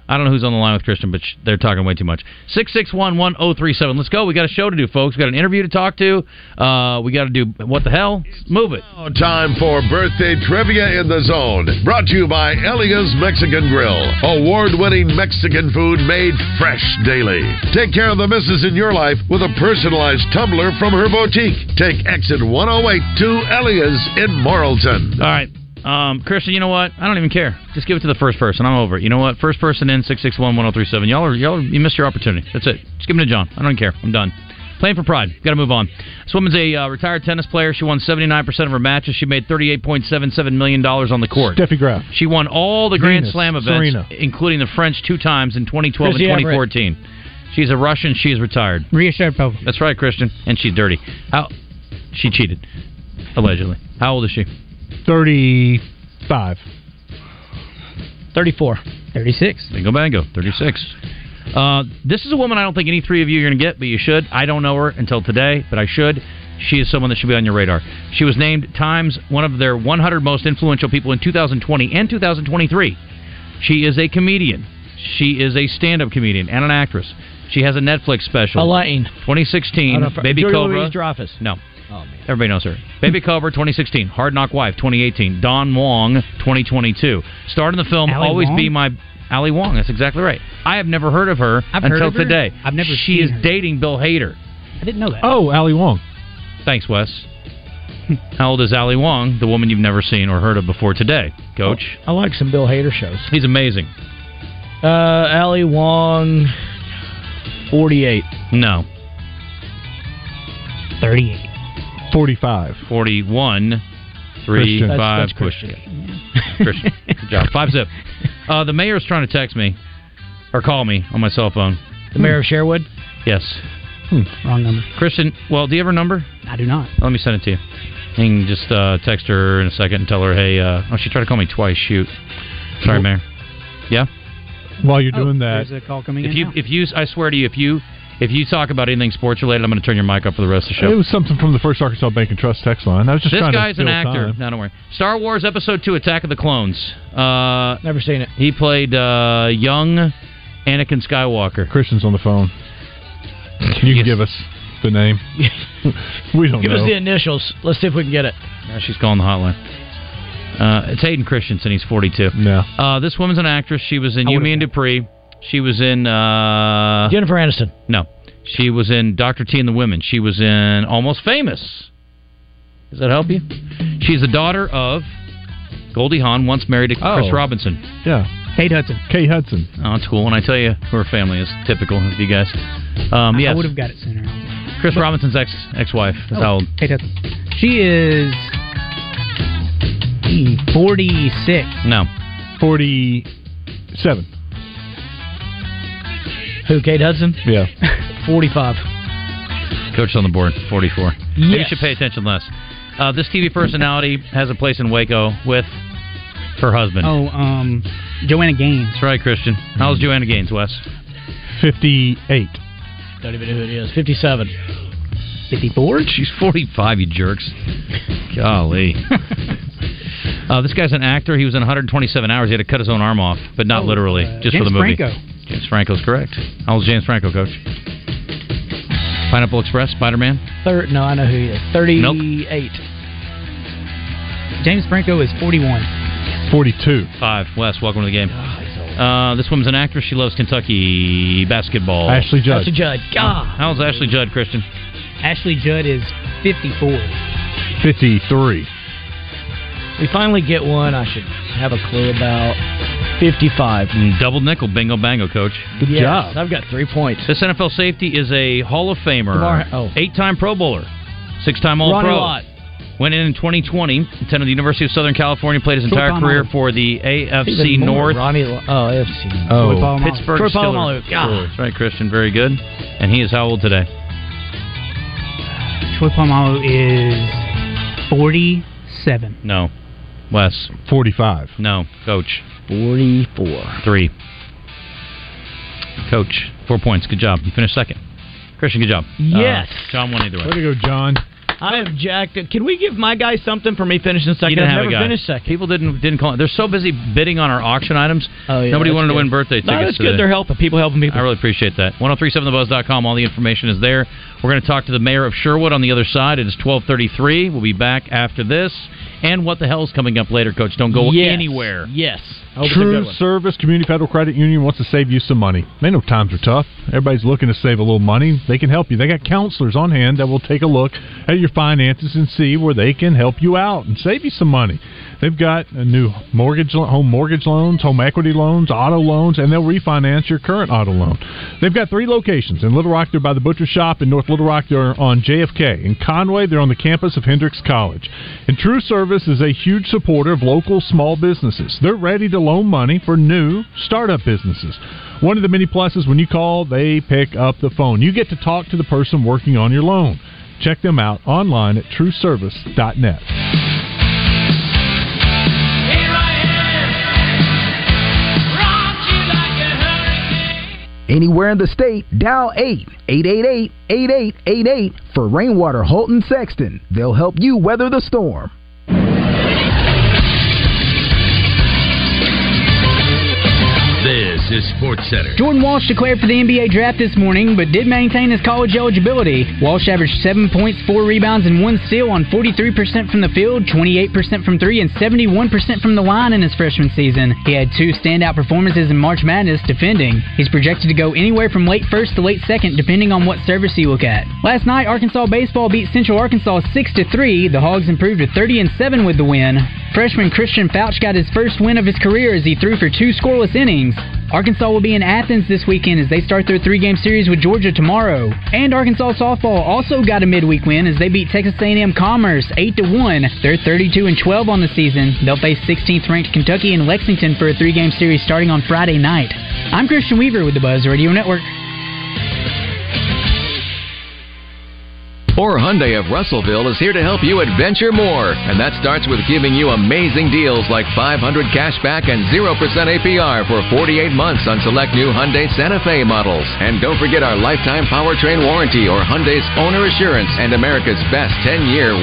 Speaker 5: I don't know who's on the line with Christian, but sh- they're talking way too much. 661 1037. Let's go. We got a show to do, folks. We got an interview to talk to. Uh, we got to do what the hell? Move it.
Speaker 4: Now Time for birthday trivia in the zone. Brought to you by Elia's Mexican Grill. Award winning Mexican food made fresh daily. Take care of the misses in your life with a personalized tumbler from her boutique. Take exit 108 to Elia's in Morrilton.
Speaker 5: All right. Um, Christian, you know what? I don't even care. Just give it to the first person. I'm over it. You know what? First person in six six one one zero three seven. Y'all are y'all are- you missed your opportunity. That's it. Just give it to John. I don't care. I'm done. Playing for pride. Got to move on. This woman's a uh, retired tennis player. She won 79% of her matches. She made $38.77 million dollars on the court.
Speaker 6: Steffi Graf.
Speaker 5: She won all the Grand
Speaker 6: Venus,
Speaker 5: Slam events,
Speaker 6: Serena.
Speaker 5: including the French two times in 2012
Speaker 8: Chrissy
Speaker 5: and
Speaker 8: Everett.
Speaker 5: 2014. She's a Russian. She's retired.
Speaker 8: Maria Sharapova.
Speaker 5: That's right, Christian. And she's dirty. How? She cheated, allegedly. How old is she?
Speaker 6: 35.
Speaker 7: 34.
Speaker 8: 36.
Speaker 5: Bingo bango, 36. Uh, this is a woman I don't think any three of you are going to get, but you should. I don't know her until today, but I should. She is someone that should be on your radar. She was named Times one of their 100 most influential people in 2020 and 2023. She is a comedian. She is a stand-up comedian and an actress. She has a Netflix special.
Speaker 7: Elaine.
Speaker 5: I don't know 2016,
Speaker 7: if-
Speaker 5: Baby
Speaker 7: Julia
Speaker 5: Cobra.
Speaker 7: Louis Dreyfus.
Speaker 5: No.
Speaker 7: Oh,
Speaker 5: Everybody knows her.
Speaker 8: Hmm.
Speaker 5: Baby Cobra 2016, Hard Knock Wife 2018, Don Wong 2022. Starred in the film
Speaker 8: Ally
Speaker 5: Always
Speaker 8: Wong?
Speaker 5: Be My Ali Wong. That's exactly right. I have never heard of her
Speaker 8: I've heard
Speaker 5: until
Speaker 8: of her.
Speaker 5: today.
Speaker 8: I've never
Speaker 5: She
Speaker 8: seen
Speaker 5: is
Speaker 8: her.
Speaker 5: dating Bill Hader.
Speaker 8: I didn't know that.
Speaker 6: Oh, Ali Wong.
Speaker 5: Thanks, Wes. How old is Ali Wong, the woman you've never seen or heard of before today,
Speaker 8: Oh.
Speaker 5: Coach?
Speaker 7: I like some Bill Hader shows.
Speaker 5: He's amazing.
Speaker 7: Uh, Ali Wong, 48.
Speaker 5: No,
Speaker 8: 38.
Speaker 6: 45.
Speaker 5: 41, 3,
Speaker 6: Christian.
Speaker 5: 5,
Speaker 7: That's- that's
Speaker 5: push.
Speaker 7: Christian.
Speaker 5: Christian. Good job. Five zip. Uh, the mayor's trying to text me or call me on my cell phone.
Speaker 7: The mayor of Sherwood.
Speaker 5: Yes.
Speaker 8: Wrong number.
Speaker 5: Kristen, well, do you have her number?
Speaker 8: I do not.
Speaker 5: Let me send it to you. You can just uh, text her in a second and tell her, hey, uh, oh, she tried to call me twice. Shoot. Sorry, Mayor. Yeah?
Speaker 6: While
Speaker 5: Oh,
Speaker 6: you're doing that,
Speaker 8: Oh, There's a call coming
Speaker 5: If
Speaker 8: in.
Speaker 5: you, if you, I swear to you, if you, if you talk about anything sports related, I'm going to turn your mic up for the rest of the show.
Speaker 6: it was something from the First Arkansas Bank and Trust text line. I was just
Speaker 5: this
Speaker 6: trying
Speaker 5: guy's
Speaker 6: to
Speaker 5: an
Speaker 6: fill
Speaker 5: actor.
Speaker 6: time.
Speaker 5: No, don't worry. Star Wars Episode Two: Attack of the Clones. Uh,
Speaker 7: Never seen it.
Speaker 5: He played uh, young Anakin Skywalker.
Speaker 6: Christian's on the phone. You can give us the name. we
Speaker 5: Oh,
Speaker 6: don't
Speaker 7: Give
Speaker 6: know.
Speaker 7: us the initials. Let's see if we can get it.
Speaker 5: Now she's calling the hotline. Uh, it's Hayden Christensen. He's 42.
Speaker 6: No.
Speaker 5: Uh, this woman's an actress. She was in You, Me, and Dupree. She was in uh,
Speaker 7: Jennifer Aniston.
Speaker 5: No, she was in Doctor T and the Women. She was in Almost Famous. Does that help you? She's the daughter of Goldie Hawn, once married to Chris
Speaker 6: Oh.
Speaker 5: Robinson.
Speaker 6: Yeah.
Speaker 8: Kate Hudson.
Speaker 6: Kate Hudson.
Speaker 5: Oh, it's cool. When I tell you who her family is, typical of you guys. Um,
Speaker 8: I
Speaker 5: yes,
Speaker 8: would have got it sooner.
Speaker 5: Chris Robinson's ex ex wife is how old.
Speaker 8: Kate Hudson. She is 46.
Speaker 5: No,
Speaker 6: forty-seven.
Speaker 7: Who? Kate Hudson.
Speaker 6: Yeah.
Speaker 7: Forty-five.
Speaker 5: Coach on the board, forty four. You
Speaker 7: Yes.
Speaker 5: should pay attention less. Uh, this TV personality has a place in Waco with her husband.
Speaker 8: Oh, um, Joanna Gaines.
Speaker 5: That's right, Christian. How's Joanna Gaines, Wes?
Speaker 6: Fifty-eight.
Speaker 7: Don't even know who it is. Fifty-seven.
Speaker 8: 54?
Speaker 5: She's 45, you jerks. Golly. uh, this guy's an actor. He was in 127 hours. He had to cut his own arm off, but
Speaker 7: Oh,
Speaker 5: not literally,
Speaker 7: uh,
Speaker 5: just
Speaker 8: James
Speaker 5: for the movie.
Speaker 8: Franco.
Speaker 5: James Franco's correct. How old's James Franco, coach? Pineapple Express, Spider Man?
Speaker 7: Thir- no, I know who he is. Thirty-eight.
Speaker 8: James Franco is 41.
Speaker 6: Forty-two.
Speaker 5: Five. Wes, welcome to the game.
Speaker 7: Ah,
Speaker 5: Uh, this woman's an actress. She loves Kentucky basketball.
Speaker 6: Ashley Judd.
Speaker 7: That's a judge. God.
Speaker 5: How's Ashley Judd, Christian?
Speaker 8: Ashley Judd is 54.
Speaker 6: Fifty-three.
Speaker 7: We finally get one. I should have a clue about fifty-five.
Speaker 5: Mm, Double nickel, bingo bango, coach.
Speaker 6: Good
Speaker 7: yes,
Speaker 6: job.
Speaker 7: I've got three points.
Speaker 5: This NFL safety is a Hall of Famer,
Speaker 7: Kamar- oh.
Speaker 5: eight time Pro Bowler, six time All
Speaker 7: Ronnie
Speaker 5: Pro.
Speaker 7: Lott.
Speaker 5: Went in in 2020, attended the University of Southern California, played his
Speaker 8: Troy
Speaker 5: entire
Speaker 8: Polamalu.
Speaker 5: career for the AFC
Speaker 7: Even more.
Speaker 5: North.
Speaker 7: Ronnie. Lo- Oh, AFC. North.
Speaker 8: Troy
Speaker 6: Oh,
Speaker 8: Polamalu.
Speaker 5: Pittsburgh
Speaker 7: Troy
Speaker 5: Steelers.
Speaker 7: Polamalu. Yeah.
Speaker 5: Steelers. That's right, Christian. Very good. And he is how old today?
Speaker 8: Troy Palmalo is 47.
Speaker 5: No. Wes.
Speaker 6: forty-five.
Speaker 5: No. Coach.
Speaker 7: Forty-four.
Speaker 5: Three. Coach. Four points. Good job. You finished second. Christian, good job.
Speaker 7: Yes.
Speaker 5: Uh, John won either way.
Speaker 6: Way to go, John.
Speaker 7: I am jacked. Can we give my guy something for me finishing second?
Speaker 5: You didn't
Speaker 7: I've
Speaker 5: have
Speaker 7: never
Speaker 5: a guy.
Speaker 7: finished second.
Speaker 5: People didn't didn't call. They're so busy bidding on our auction items.
Speaker 7: Oh, yeah,
Speaker 5: Nobody
Speaker 7: that's
Speaker 5: wanted to
Speaker 7: good.
Speaker 5: win birthday tickets.
Speaker 7: No, that's
Speaker 5: today.
Speaker 7: good. They're helping people, helping people.
Speaker 5: I really appreciate that. 1037thebuzz.com. All the information is there. We're going to talk to the mayor of Sherwood on the other side. It is 1233. We'll be back after this. And what the hell's coming up later, Coach? Don't go
Speaker 7: Yes.
Speaker 5: anywhere.
Speaker 7: Yes. I hope it's a good
Speaker 6: True
Speaker 7: one.
Speaker 6: Service Community Federal Credit Union wants to save you some money. They know times are tough. Everybody's looking to save a little money. They can help you. They got counselors on hand that will take a look at your finances and see where they can help you out and save you some money. They've got a new mortgage, lo- home mortgage loans, home equity loans, auto loans, and they'll refinance your current auto loan. They've got three locations in Little Rock. They're by the Butcher Shop in North Little Rock. They're on JFK. In Conway, they're on the campus of Hendricks College. And True Service is a huge supporter of local small businesses. They're ready to loan money for new startup businesses. One of the many pluses when you call, they pick up the phone. You get to talk to the person working on your loan. Check them out online at trueservice.net.
Speaker 11: Anywhere in the state, dial 8 888 8888 for Rainwater Holton Sexton. They'll help you weather the storm.
Speaker 4: This is Sports Center.
Speaker 8: Jordan Walsh declared for the NBA draft this morning, but did maintain his college eligibility. Walsh averaged 7 points, 4 rebounds, and 1 steal on 43% from the field, 28% from 3, and 71% from the line in his freshman season. He had two standout performances in March Madness defending. He's projected to go anywhere from late first to late second, depending on what service you look at. Last night, Arkansas baseball beat Central Arkansas 6 to 3. The Hogs improved to 30 and 7 with the win. Freshman Christian Fouch got his first win of his career as he threw for two scoreless innings. Arkansas will be in Athens this weekend as they start their three game series with Georgia tomorrow. And Arkansas softball also got a midweek win as they beat Texas A&M Commerce 8 to 1. They're 32 and 12 on the season. They'll face 16th ranked Kentucky and Lexington for a three game series starting on Friday night. I'm Christian Weaver with the Buzz Radio Network.
Speaker 12: Core Hyundai of Russellville is here to help you adventure more. And that starts with giving you amazing deals like 500 cash back and 0% APR for 48 months on select new Hyundai Santa Fe models. And don't forget our lifetime powertrain warranty or Hyundai's owner assurance and America's best 10-year,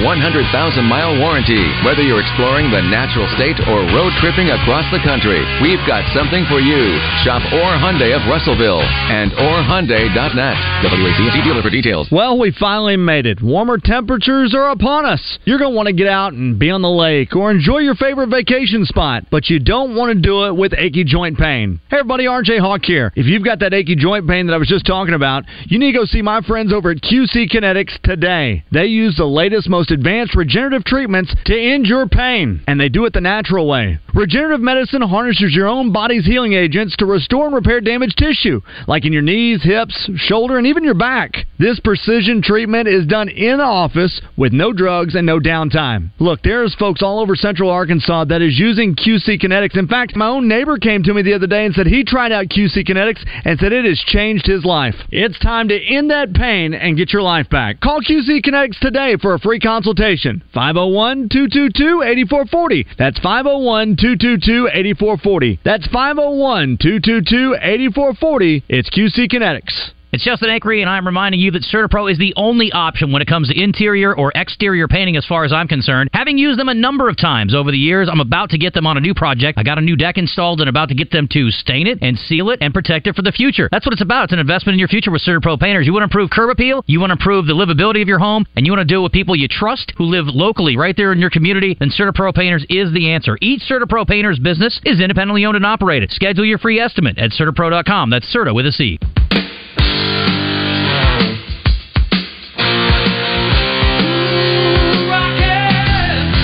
Speaker 12: 100,000-mile warranty. Whether you're exploring the natural state or road tripping across the country, we've got something for you. Shop Or Hyundai of Russellville and orhyundai.net. WACC dealer for details.
Speaker 13: Well, we finally made it. Warmer temperatures are upon us. You're going to want to get out and be on the lake or enjoy your favorite vacation spot, but you don't want to do it with achy joint pain. Hey, everybody, RJ Hawk here. If you've got that achy joint pain that I was just talking about, you need to go see my friends over at QC Kinetics today. They use the latest, most advanced regenerative treatments to end your pain, and they do it the natural way. Regenerative medicine harnesses your own body's healing agents to restore and repair damaged tissue, like in your knees, hips, shoulder, and even your back. This precision treatment is done in office with no drugs and no downtime. Look, there's folks all over central Arkansas that is using QC Kinetics. In fact, my own neighbor came to me the other day and said he tried out QC Kinetics and said it has changed his life. It's time to end that pain and get your life back. Call QC Kinetics today for a free consultation. 501 222 8440. oh. That's 501 222 8440. oh. That's 501 222 8440. oh. It's QC Kinetics.
Speaker 14: It's Justin Acree, and I'm reminding you that CertaPro is the only option when it comes to interior or exterior painting, as far as I'm concerned. Having used them a number of times over the years, I'm about to get them on a new project. I got a new deck installed and about to get them to stain it and seal it and protect it for the future. That's what it's about. It's an investment in your future with CertaPro painters. You want to improve curb appeal, you want to improve the livability of your home, and you want to do it with people you trust who live locally right there in your community. Then CertaPro painters is the answer. Each CertaPro painter's business is independently owned and operated. Schedule your free estimate at CertaPro.com. That's Certa with a C.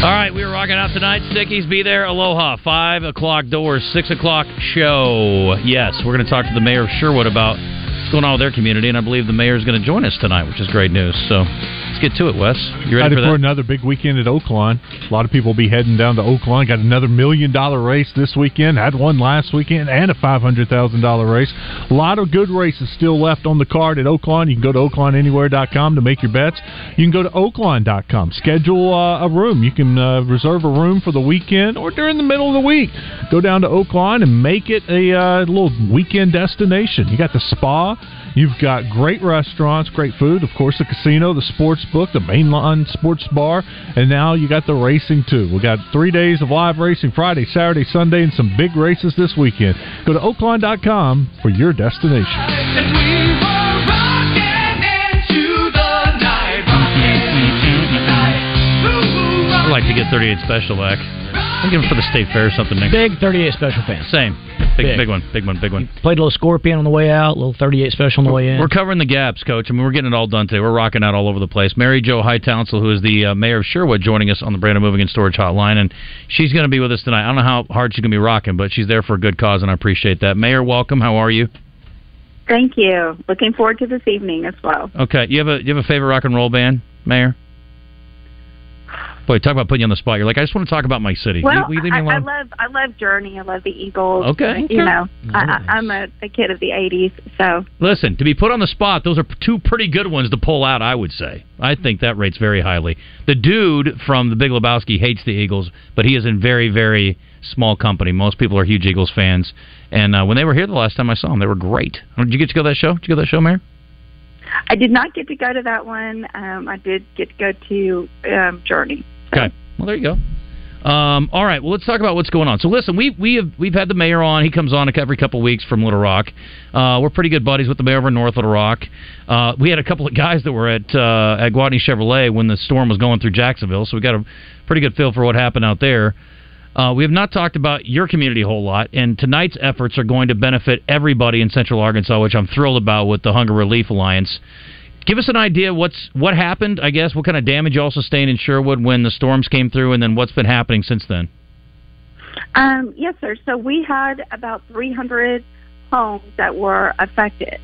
Speaker 5: All right, we are rocking out tonight. Stickies, be there. Aloha. Five o'clock doors, six o'clock show. Yes, we're going to talk to the mayor of Sherwood about what's going on with their community, and I believe the mayor is going to join us tonight, which is great news. So let's get to it, Wes. You ready
Speaker 6: Excited
Speaker 5: for
Speaker 6: for,
Speaker 5: that?
Speaker 6: another big weekend at Oakland. A lot of people will be heading down to Oakland. Got another million dollar race this weekend. Had one last weekend and a five hundred thousand dollar race. A lot of good races still left on the card at Oakland. You can go to oaklandanywhere.com to make your bets. You can go to oakland.com. Schedule uh, a room. You can uh, reserve a room for the weekend or during the middle of the week. Go down to Oakland and make it a uh, little weekend destination. You got the spa. You've got great restaurants, great food, of course, the casino, the sports book, the mainline sports bar, and now you got the racing too. We got three days of live racing Friday, Saturday, Sunday, and some big races this weekend. Go to oakland.com for your destination.
Speaker 5: I'd like to get 38 Special back. I'm giving for the state fair or something next
Speaker 7: Big 38 special fan.
Speaker 5: Same. Big, big,
Speaker 7: Big.
Speaker 5: one, big one, big one.
Speaker 7: Played a little Scorpion on the way out, a little 38 special on the way in.
Speaker 5: We're covering the gaps, Coach. I mean, we're getting it all done today. We're rocking out all over the place. Mary Jo Hightownsel, who is the uh, mayor of Sherwood, joining us on the Brandon Moving and Storage Hotline, and she's going to be with us tonight. I don't know how hard she's going to be rocking, but she's there for a good cause, and I appreciate that. Mayor, welcome. How are you?
Speaker 15: Thank you. Looking forward to this evening as well.
Speaker 5: Okay, you have a you have a favorite rock and roll band, Mayor? Boy, talk about putting you on the spot. You're like, I just want to talk about my city. Will you-
Speaker 15: Well,
Speaker 5: will you leave
Speaker 15: I,
Speaker 5: me alone?
Speaker 15: I love I love Journey. I love the Eagles.
Speaker 5: Okay.
Speaker 15: you know I,
Speaker 5: Nice.
Speaker 15: I, I'm a, a kid of the '80s, so
Speaker 5: Listen, to be put on the spot, those are two pretty good ones to pull out, I would say. I think that rates very highly. The dude from the Big Lebowski hates the Eagles, but he is in very, very small company. Most people are huge Eagles fans. And uh, when they were here the last time I saw them, they were great. Did you get to go to that show? Did you go to that show, Mayor?
Speaker 15: I did not get to go to that one. Um, I did get to go to um, Journey.
Speaker 5: Okay. Well, there you go. Um, all right. Well, let's talk about what's going on. So, listen, we we have we've had the mayor on. He comes on every couple weeks from Little Rock. Uh, we're pretty good buddies with the mayor over in North Little Rock. Uh, we had a couple of guys that were at uh, at Guadney Chevrolet when the storm was going through Jacksonville, so we got a pretty good feel for what happened out there. Uh, we have not talked about your community a whole lot, and tonight's efforts are going to benefit everybody in Central Arkansas, which I'm thrilled about with the Hunger Relief Alliance. Give us an idea what's what happened. I guess what kind of damage y'all sustained in Sherwood when the storms came through, and then what's been happening since then.
Speaker 15: Um, yes, sir. So we had about 300 homes that were affected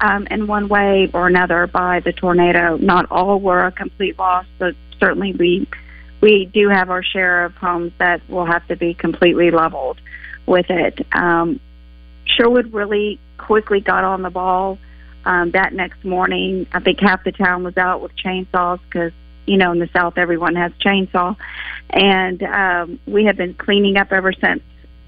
Speaker 15: um, in one way or another by the tornado. Not all were a complete loss, but certainly we we do have our share of homes that will have to be completely leveled with it. Um, Sherwood really quickly got on the ball. Um, that next morning, I think half the town was out with chainsaws because, you know, in the South, everyone has chainsaw. And um, we have been cleaning up ever since.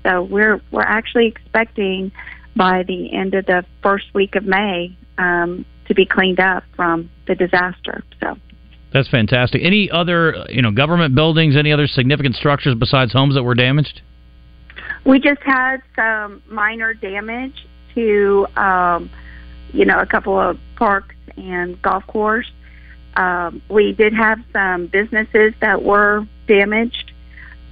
Speaker 15: So we're we're actually expecting by the end of the first week of May um, to be cleaned up from the disaster. So
Speaker 5: That's fantastic. Any other, you know, government buildings, any other significant structures besides homes that were damaged?
Speaker 15: we just had some minor damage to, um, you know, a couple of parks and golf course. Um, we did have some businesses that were damaged,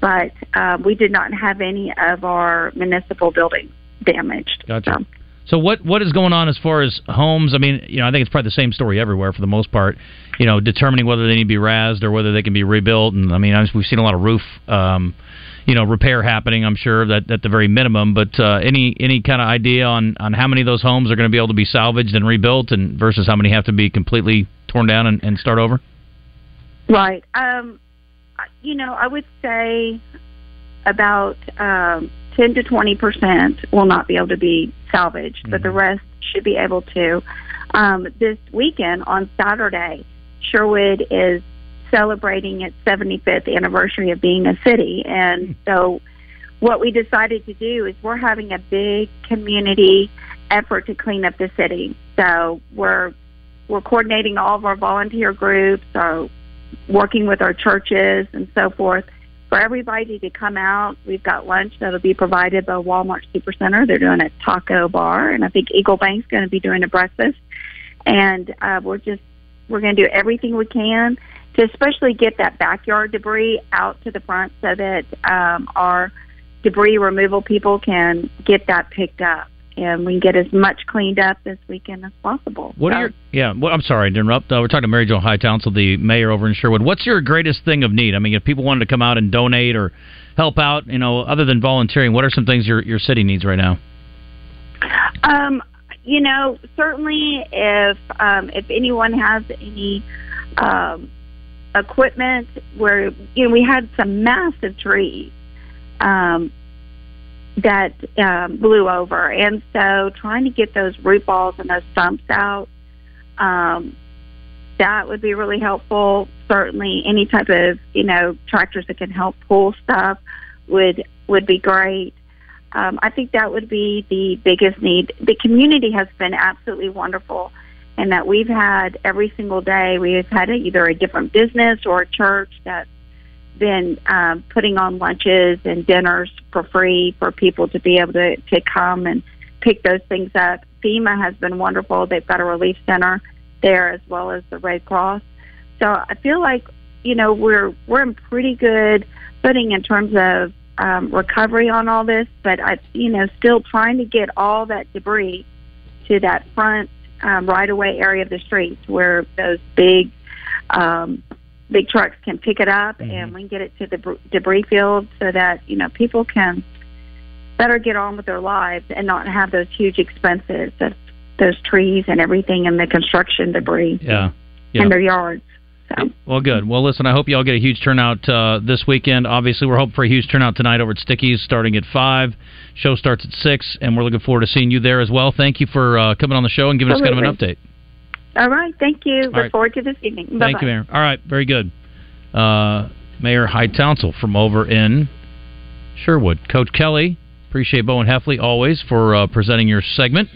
Speaker 15: but uh, we did not have any of our municipal buildings damaged.
Speaker 5: Gotcha. So what what is going on as far as homes? I mean, you know, I think it's probably the same story everywhere for the most part. You know, determining whether they need to be razed or whether they can be rebuilt, and I mean, I, we've seen a lot of roof, um, you know, repair happening. I'm sure that at the very minimum. But uh, any any kind of idea on on how many of those homes are going to be able to be salvaged and rebuilt, and versus how many have to be completely torn down and, and start over?
Speaker 15: Right. Um, I- you know, I would say about um, 10 to 20 percent will not be able to be salvaged, but the rest should be able to. Um, this weekend on Saturday, Sherwood is celebrating its 75th anniversary of being a city, and so what we decided to do is we're having a big community effort to clean up the city. So we're we're coordinating all of our volunteer groups, our working with our churches and so forth for everybody to come out. We've got lunch that'll be provided by Walmart Supercenter. They're doing a taco bar, and I think Eagle Bank's going to be doing a breakfast. And uh, we're just we're going to do everything we can to especially get that backyard debris out to the front so that um, our debris removal people can get that picked up and we can get as much cleaned up this weekend as possible.
Speaker 5: What
Speaker 15: So-
Speaker 5: are your yeah? Well, I'm sorry to interrupt. Uh, we're talking to Mary Jo Hightownsley, the mayor over in Sherwood. What's your greatest thing of need? I mean, if people wanted to come out and donate or help out, you know, other than volunteering, what are some things your your city needs right now?
Speaker 15: Um, you know, certainly if um, if anyone has any um, equipment where you know we had some massive trees um, that um, blew over, and so trying to get those root balls and those stumps out. Um, that would be really helpful. Certainly, any type of you know tractors that can help pull stuff would would be great. Um, I think that would be the biggest need. The community has been absolutely wonderful, and that we've had every single day we've had either a different business or a church that's been um, putting on lunches and dinners for free for people to be able to to come and pick those things up. FEMA has been wonderful. They've got a relief center there as well as the Red Cross. So I feel like you know we're we're in pretty good footing in terms of um, recovery on all this, but I you know still trying to get all that debris to that front um, right away area of the streets where those big um, big trucks can pick it up and we can get it to the br- debris field so that you know people can better get on with their lives and not have those huge expenses of those trees and everything and the construction debris
Speaker 5: Yeah.
Speaker 15: in their yards. So.
Speaker 5: Well, good. Well, listen, I hope you all get a huge turnout uh, this weekend. Obviously, we're hoping for a huge turnout tonight over at Sticky's, starting at five. Show starts at six, and we're looking forward to seeing you there as well. Thank you for uh, coming on the show and giving us kind of an
Speaker 15: Absolutely.
Speaker 5: update.
Speaker 15: All right. Thank you. Look
Speaker 5: right.
Speaker 15: forward to this evening. Bye-bye.
Speaker 5: Thank you, Mayor. All right, very good. Uh, Mayor Hightownsley from over in Sherwood. Coach Kelly, appreciate Bowen Heffley always for uh, presenting your segment.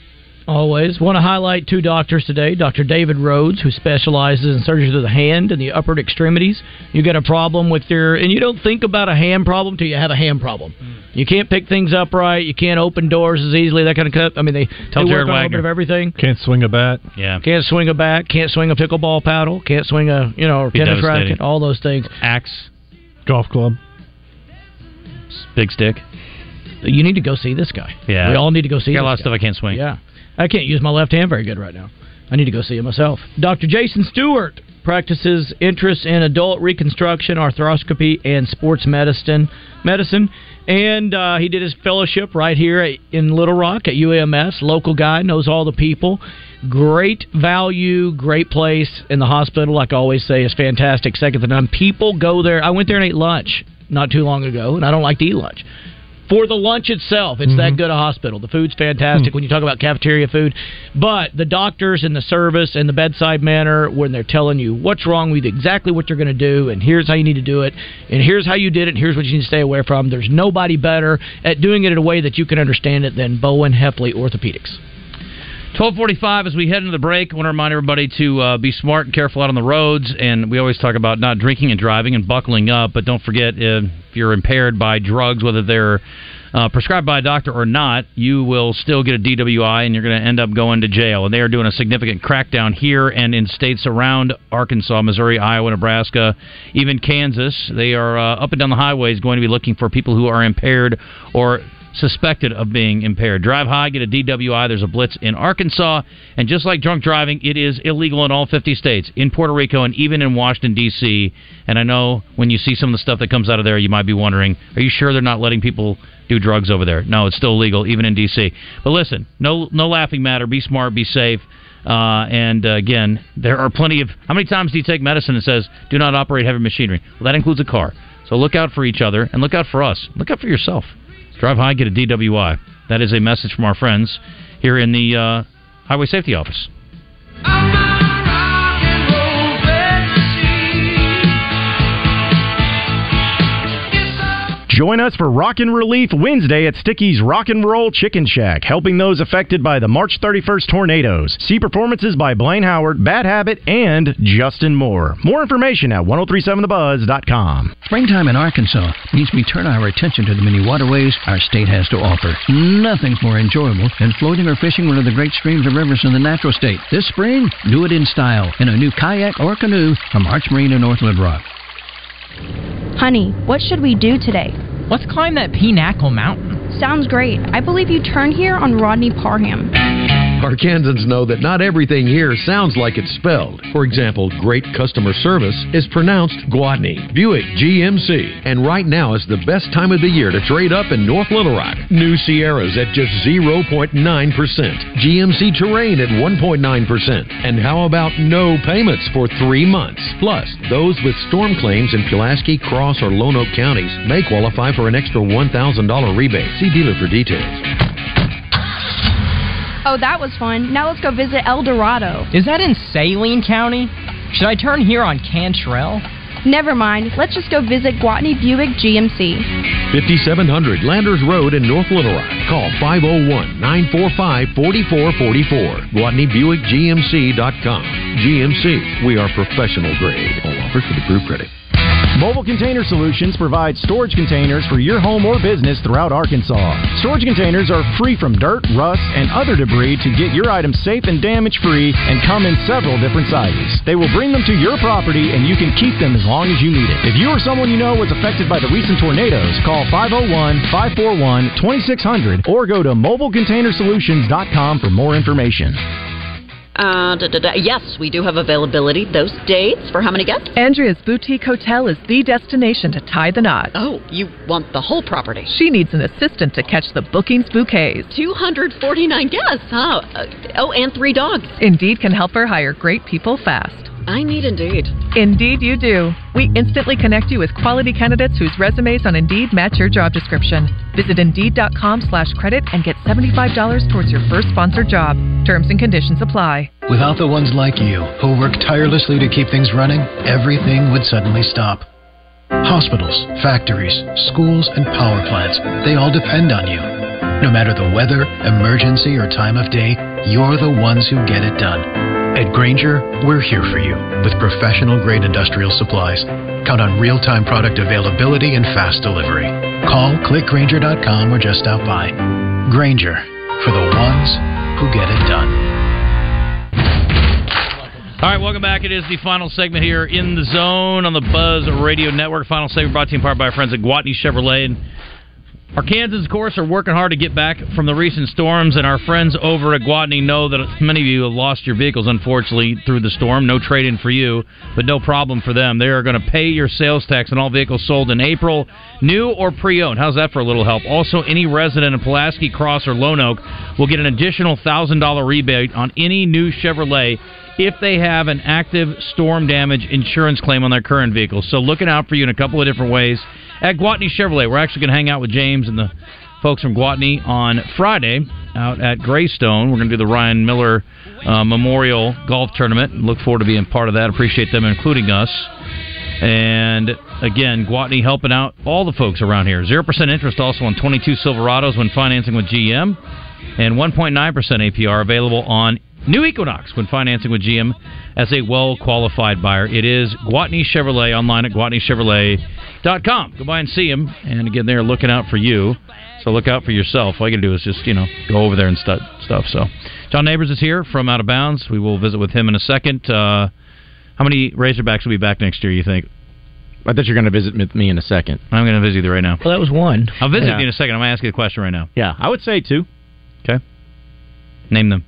Speaker 7: Always want to highlight two doctors today. Dr. David Rhodes, who specializes in surgery to the hand and the upper extremities. You got a problem with your, and you don't think about a hand problem till you have a hand problem. You can't pick things up right. You can't open doors as easily. That kind of cut. I mean, they
Speaker 5: Tell
Speaker 7: they work on a
Speaker 5: Jared
Speaker 7: little
Speaker 5: Wagner.
Speaker 7: bit of everything.
Speaker 6: Can't swing a bat.
Speaker 5: Yeah.
Speaker 7: Can't swing a bat. Can't swing a pickleball paddle. Can't swing a you know
Speaker 5: Be
Speaker 7: tennis
Speaker 5: devastating.
Speaker 7: racket. All those things.
Speaker 5: Axe.
Speaker 6: Golf club.
Speaker 5: Big stick.
Speaker 7: You need to go see this guy.
Speaker 5: Yeah.
Speaker 7: We all need to go see
Speaker 5: Got a
Speaker 7: this
Speaker 5: lot of
Speaker 7: guy.
Speaker 5: stuff I can't swing.
Speaker 7: Yeah. I can't use my left hand very good right now. I need to go see it myself. Dr. Jason Stewart practices interests in adult reconstruction, arthroscopy, and sports medicine. Medicine, and uh, he did his fellowship right here at, in Little Rock at UMS. Local guy, knows all the people. Great value, great place, and the hospital, like I always say, is fantastic. Second to none. People go there. I went there and ate lunch not too long ago, and I don't like to eat lunch. for the lunch itself. It's that good a hospital. The food's fantastic when you talk about cafeteria food. But the doctors and the service and the bedside manner when they're telling you what's wrong with you, exactly what you're going to do, and here's how you need to do it, and here's how you did it, and here's what you need to stay away from. There's nobody better at doing it in a way that you can understand it than Bowen Heffley Orthopedics.
Speaker 5: 1245 as we head into the break i want to remind everybody to uh, be smart and careful out on the roads and we always talk about not drinking and driving and buckling up but don't forget uh, if you're impaired by drugs whether they're uh, prescribed by a doctor or not you will still get a dwi and you're going to end up going to jail and they are doing a significant crackdown here and in states around arkansas missouri iowa nebraska even kansas they are uh, up and down the highways going to be looking for people who are impaired or suspected of being impaired. Drive high, get a DWI. There's a blitz in Arkansas. And just like drunk driving, it is illegal in all 50 states, in Puerto Rico, and even in Washington, D.C. And I know when you see some of the stuff that comes out of there, you might be wondering, are you sure they're not letting people do drugs over there? No, it's still legal, even in D.C. But listen, no, no laughing matter. Be smart, be safe. Uh, and uh, again, there are plenty of. How many times do you take medicine that says, do not operate heavy machinery? Well, that includes a car. So look out for each other and look out for us. Look out for yourself. Drive high, get a DWI. That is a message from our friends here in the uh, Highway Safety Office.
Speaker 16: Join us for Rockin' Relief Wednesday at Sticky's Rock and Roll Chicken Shack, helping those affected by the March 31st tornadoes. See performances by Blaine Howard, Bad Habit, and Justin Moore. More information at 1037thebuzz.com.
Speaker 17: Springtime in Arkansas means we turn our attention to the many waterways our state has to offer. Nothing's more enjoyable than floating or fishing one of the great streams or rivers in the natural state. This spring, do it in style in a new kayak or canoe from Arch Marine in North Little Rock.
Speaker 18: Honey, what should we do today?
Speaker 19: Let's climb that Pinnacle Mountain.
Speaker 18: Sounds great. I believe you turn here on Rodney Parham.
Speaker 20: Arkansans know that not everything here sounds like it's spelled. For example, great customer service is pronounced Guadney, Buick GMC, and right now is the best time of the year to trade up in North Little Rock. New Sierras at just 0.9%, GMC Terrain at 1.9%, and how about no payments for three months? Plus, those with storm claims in Pulaski, Cross, or Lone Oak counties may qualify for an extra $1,000 rebate. See dealer for details.
Speaker 18: Oh, that was fun. Now let's go visit El Dorado.
Speaker 19: Is that in Saline County? Should I turn here on Cantrell?
Speaker 18: Never mind. Let's just go visit Guatney Buick GMC.
Speaker 20: 5700 Landers Road in North Little Rock. Call 501-945-4444. GuatneyBuickGMC.com. GMC, we are professional grade. All offers with approved credit.
Speaker 16: Mobile Container Solutions provides storage containers for your home or business throughout Arkansas. Storage containers are free from dirt, rust, and other debris to get your items safe and damage free and come in several different sizes. They will bring them to your property and you can keep them as long as you need it. If you or someone you know was affected by the recent tornadoes, call 501 541 2600 or go to mobilecontainersolutions.com for more information.
Speaker 21: Uh, da, da, da. Yes, we do have availability. Those dates for how many guests?
Speaker 22: Andrea's Boutique Hotel is the destination to tie the knot.
Speaker 21: Oh, you want the whole property?
Speaker 22: She needs an assistant to catch the bookings bouquets.
Speaker 21: 249 guests, huh? Uh, oh, and three dogs.
Speaker 22: Indeed can help her hire great people fast.
Speaker 21: I need Indeed.
Speaker 22: Indeed, you do. We instantly connect you with quality candidates whose resumes on Indeed match your job description. Visit Indeed.com slash credit and get $75 towards your first sponsored job. Terms and conditions apply.
Speaker 23: Without the ones like you, who work tirelessly to keep things running, everything would suddenly stop. Hospitals, factories, schools, and power plants, they all depend on you. No matter the weather, emergency, or time of day, you're the ones who get it done. At Granger, we're here for you with professional grade industrial supplies. Count on real time product availability and fast delivery. Call clickgranger.com or just stop by. Granger for the ones who get it done.
Speaker 5: All right, welcome back. It is the final segment here in the zone on the Buzz Radio Network. Final segment brought to you in part by our friends at Guatney Chevrolet. And our Kansans, of course, are working hard to get back from the recent storms, and our friends over at Guatney know that many of you have lost your vehicles, unfortunately, through the storm. No trade in for you, but no problem for them. They are going to pay your sales tax on all vehicles sold in April, new or pre owned. How's that for a little help? Also, any resident of Pulaski Cross or Lone Oak will get an additional $1,000 rebate on any new Chevrolet if they have an active storm damage insurance claim on their current vehicle. So, looking out for you in a couple of different ways at Guatney Chevrolet. We're actually going to hang out with James and the folks from Guatney on Friday out at Greystone. We're going to do the Ryan Miller uh, Memorial Golf Tournament. Look forward to being part of that. Appreciate them including us. And again, Guatney helping out all the folks around here. 0% interest also on 22 Silverados when financing with GM, and 1.9% APR available on new Equinox when financing with GM as a well qualified buyer. It is Guatney Chevrolet online at guatneychevrolet.com. Go by and see them. And again, they're looking out for you. So look out for yourself. All you can do is just, you know, go over there and stu- stuff. So John Neighbors is here from Out of Bounds. We will visit with him in a second. Uh, how many Razorbacks will be back next year, you think?
Speaker 1: I thought you were going to visit with me in a second.
Speaker 5: I'm going to visit you right now.
Speaker 7: Well, that was one.
Speaker 5: I'll visit
Speaker 1: Yeah.
Speaker 5: you in a second. I'm going to ask you the question right now.
Speaker 1: Yeah, I would say two.
Speaker 5: Okay. Name them.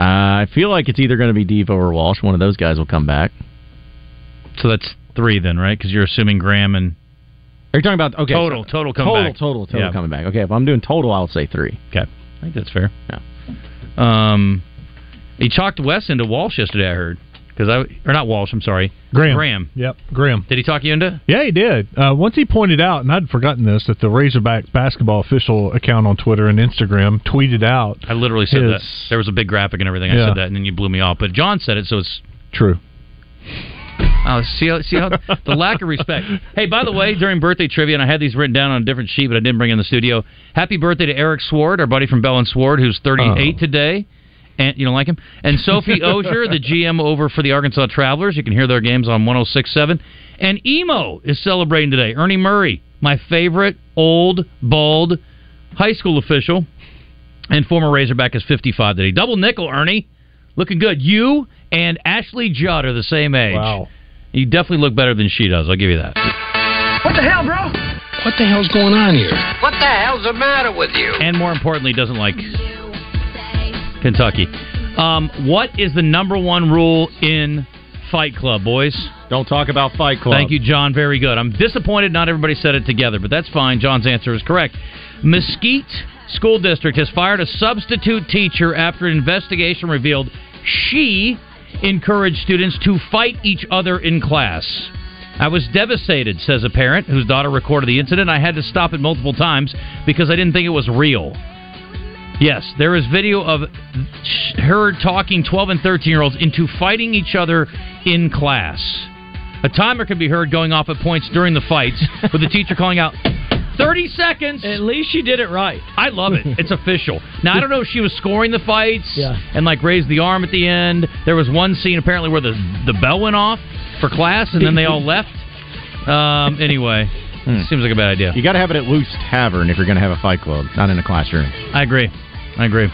Speaker 1: Uh, I feel like it's either going to be Devo or Walsh. One of those guys will come back.
Speaker 5: So that's three then, right? Because you're assuming Graham and.
Speaker 1: Are you talking about okay
Speaker 5: total?
Speaker 1: so-
Speaker 5: total come
Speaker 1: total,
Speaker 5: back.
Speaker 1: Total, total,
Speaker 5: Yeah.
Speaker 1: coming back. Okay, if I'm doing total, I would say three.
Speaker 5: Okay, I think that's fair.
Speaker 1: Yeah.
Speaker 5: Um, he chalked Wes into Walsh yesterday. I heard because I or not Walsh. I'm sorry,
Speaker 6: Graham.
Speaker 5: Graham.
Speaker 6: Yep, Graham.
Speaker 5: Did he talk you into?
Speaker 6: Yeah, he did. Uh, once he pointed out, and I'd forgotten this, that the Razorback basketball official account on Twitter and Instagram tweeted out
Speaker 5: I literally said
Speaker 6: His-
Speaker 5: that. There was a big graphic and everything. I
Speaker 6: Yeah.
Speaker 5: said that, and then you blew me off. But John said it, so it's
Speaker 6: True.
Speaker 5: Oh, see, how, see how the lack of respect. Hey, by the way, during birthday trivia, and I had these written down on a different sheet, but I didn't bring it in the studio. Happy birthday to Eric Sward, our buddy from Bell and Sward, who's
Speaker 6: Oh.
Speaker 5: 38 today. And you don't like him? And Sophie Osier, the GM over for the Arkansas Travelers. You can hear their games on 106.7. And Emo is celebrating today. Ernie Murray, my favorite old bald high school official, and former Razorback is 55 today. Double nickel, Ernie. Looking good. You and Ashley Judd are the same age. Wow. You definitely look better than she does. I'll give you that.
Speaker 2: What the hell, bro?
Speaker 5: What the hell's going on here?
Speaker 2: What the hell's the matter with you?
Speaker 5: And more importantly, doesn't like Kentucky. Um, what is the number one rule in Fight Club, boys?
Speaker 1: Don't talk about Fight Club.
Speaker 5: Thank you, John. Very good. I'm disappointed not everybody said it together, but that's fine. John's answer is correct. Mesquite School District has fired a substitute teacher after an investigation revealed she encouraged students to fight each other in class. I was devastated, says a parent whose daughter recorded the incident. I had to stop it multiple times because I didn't think it was real. Yes, there is video of sh- her talking 12 and 13 year olds into fighting each other in class. A timer can be heard going off at points during the fights, with the teacher calling out, 30 seconds. At
Speaker 7: least she did it right.
Speaker 5: I love it. It's official. Now, I don't know if she was scoring the fights
Speaker 7: Yeah.
Speaker 5: and like raised the arm at the end. There was one scene apparently where the, the bell went off for class and then they all left. Um, anyway, seems like a bad idea.
Speaker 1: You got to have it at Loose Tavern if you're going to have a Fight Club, not in a classroom.
Speaker 5: I agree. I agree.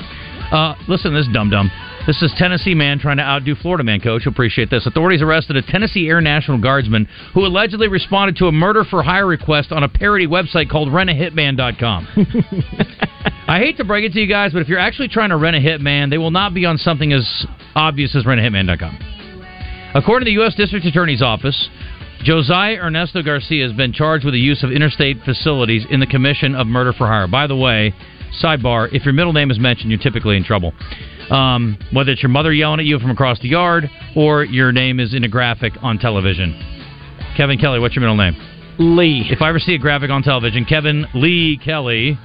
Speaker 5: Uh, listen, to this dum dum. This is Tennessee man trying to outdo Florida man. Coach, You'll appreciate this. Authorities arrested a Tennessee Air National Guardsman who allegedly responded to a murder for hire request on a parody website called rentahitman.com. I hate to break it to you guys, but if you're actually trying to rent a hitman, they will not be on something as obvious as rentahitman.com. According to the U.S. District Attorney's Office, Josiah Ernesto Garcia has been charged with the use of interstate facilities in the commission of murder for hire. By the way, sidebar: if your middle name is mentioned, you're typically in trouble. Um, whether it's your mother yelling at you from across the yard or your name is in a graphic on television. Kevin Kelly, what's your middle name?
Speaker 7: Lee.
Speaker 5: If I ever see a graphic on television, Kevin Lee Kelly.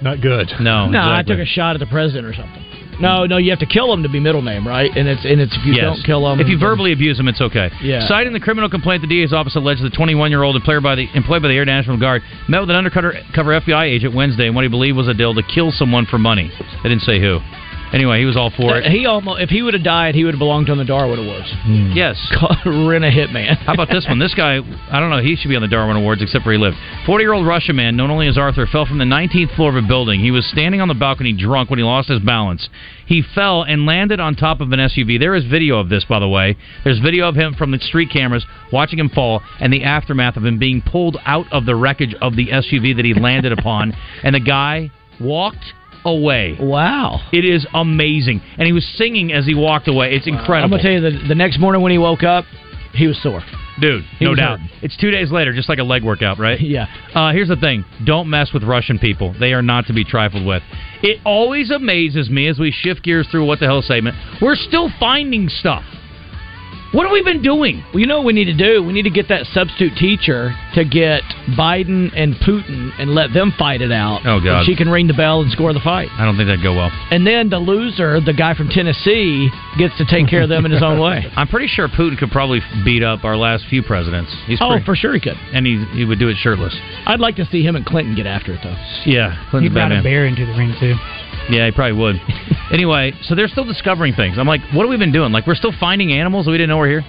Speaker 6: Not good.
Speaker 5: No.
Speaker 7: no, I
Speaker 5: exactly.
Speaker 7: took a shot at the president or something. No, no, you have to kill him to be middle name, right? And it's and it's if you
Speaker 5: Yes.
Speaker 7: don't kill him,
Speaker 5: If you verbally abuse him, it's okay.
Speaker 7: Yeah.
Speaker 5: Citing the criminal complaint, the DA's office alleged the 21-year-old employed by the employed by the Air National Guard met with an undercover cover FBI agent Wednesday in what he believed was a deal to kill someone for money. They didn't say who. Anyway, he was all for it.
Speaker 7: he almost if he would have died, he would have belonged on the Darwin Awards.
Speaker 5: Yes.
Speaker 7: Rent Hmm. a hitman.
Speaker 5: How about this one? This guy, I don't know, he should be on the Darwin Awards except for he lived. 40 year old Russian man, known only as Arthur, fell from the 19th floor of a building. He was standing on the balcony drunk when he lost his balance. He fell and landed on top of an SUV. There is video of this, by the way. There's video of him from the street cameras watching him fall and the aftermath of him being pulled out of the wreckage of the SUV that he landed upon. And the guy walked away.
Speaker 7: Wow.
Speaker 5: It is amazing. And he was singing as he walked away. It's incredible.
Speaker 7: I'm gonna tell you the the next morning when he woke up, he was sore.
Speaker 5: Dude,
Speaker 7: He
Speaker 5: no
Speaker 7: was
Speaker 5: doubt. It's two days later, just like a leg workout, right?
Speaker 7: Yeah.
Speaker 5: Uh, here's the thing don't mess with Russian people. They are not to be trifled with. It always amazes me as we shift gears through What the Hell segment, we're still finding stuff.
Speaker 7: What have we been doing? Well, you know what we need to do? We need to get that substitute teacher to get Biden and Putin and let them fight it out.
Speaker 5: Oh, God.
Speaker 7: And she can ring the bell and score the fight.
Speaker 5: I don't think that'd go well.
Speaker 7: And then the loser, the guy from Tennessee, gets to take care of them in his own way.
Speaker 5: I'm pretty sure Putin could probably beat up our last few presidents. He's
Speaker 7: oh,
Speaker 5: pretty-
Speaker 7: for sure he could.
Speaker 5: and he he would do it shirtless.
Speaker 7: I'd like to see him and Clinton get after it, though.
Speaker 5: Yeah, Clinton's a bad man.
Speaker 3: bear into the ring too.
Speaker 5: Yeah, he probably would. anyway, so they're still discovering things. I'm like, what have we been doing? Like, we're still finding animals that we didn't know were here.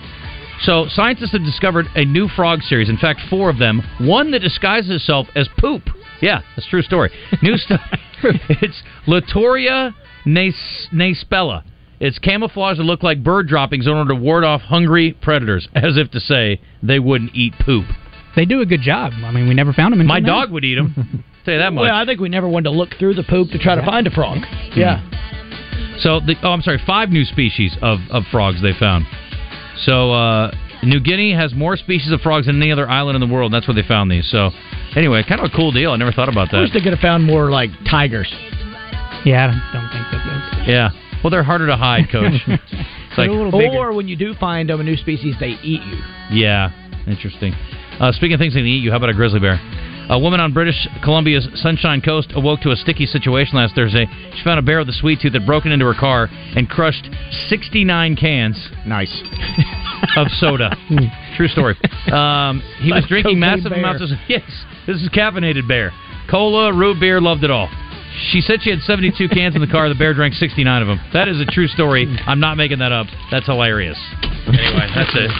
Speaker 5: So scientists have discovered a new frog series. In fact, four of them. One that disguises itself as poop. Yeah, that's a true story. New stuff. it's Latoria nas- naspella. It's camouflaged to look like bird droppings in order to ward off hungry predators, as if to say they wouldn't eat poop.
Speaker 3: They do a good job. I mean, we never found them.
Speaker 5: My dog would eat them. Tell you that much.
Speaker 7: Well, I think we never wanted to look through the poop to try to find a frog. Yeah.
Speaker 5: So, the, oh, I'm sorry, five new species of, of frogs they found. So, uh, New Guinea has more species of frogs than any other island in the world. That's where they found these. So, anyway, kind of a cool deal. I never thought about
Speaker 7: I wish
Speaker 5: that.
Speaker 7: they could have found more, like, tigers.
Speaker 3: Yeah, I don't think that
Speaker 5: Yeah. Well, they're harder to hide, Coach. it's like,
Speaker 7: or when you do find them, a new species, they eat you.
Speaker 5: yeah, interesting. Uh, speaking of things they can eat you, how about a grizzly bear? A woman on British Columbia's Sunshine Coast awoke to a sticky situation last Thursday. She found a bear with a sweet tooth had broken into her car and crushed 69 cans.
Speaker 3: Nice.
Speaker 5: of soda. True story. Um, he was
Speaker 3: Like
Speaker 5: drinking
Speaker 3: cocaine
Speaker 5: massive
Speaker 3: bear.
Speaker 5: amounts of yes. This is caffeinated bear, cola, root beer, loved it all. She said she had 72 cans in the car. The bear drank 69 of them. That is a true story. I'm not making that up. That's hilarious. Anyway, that's it.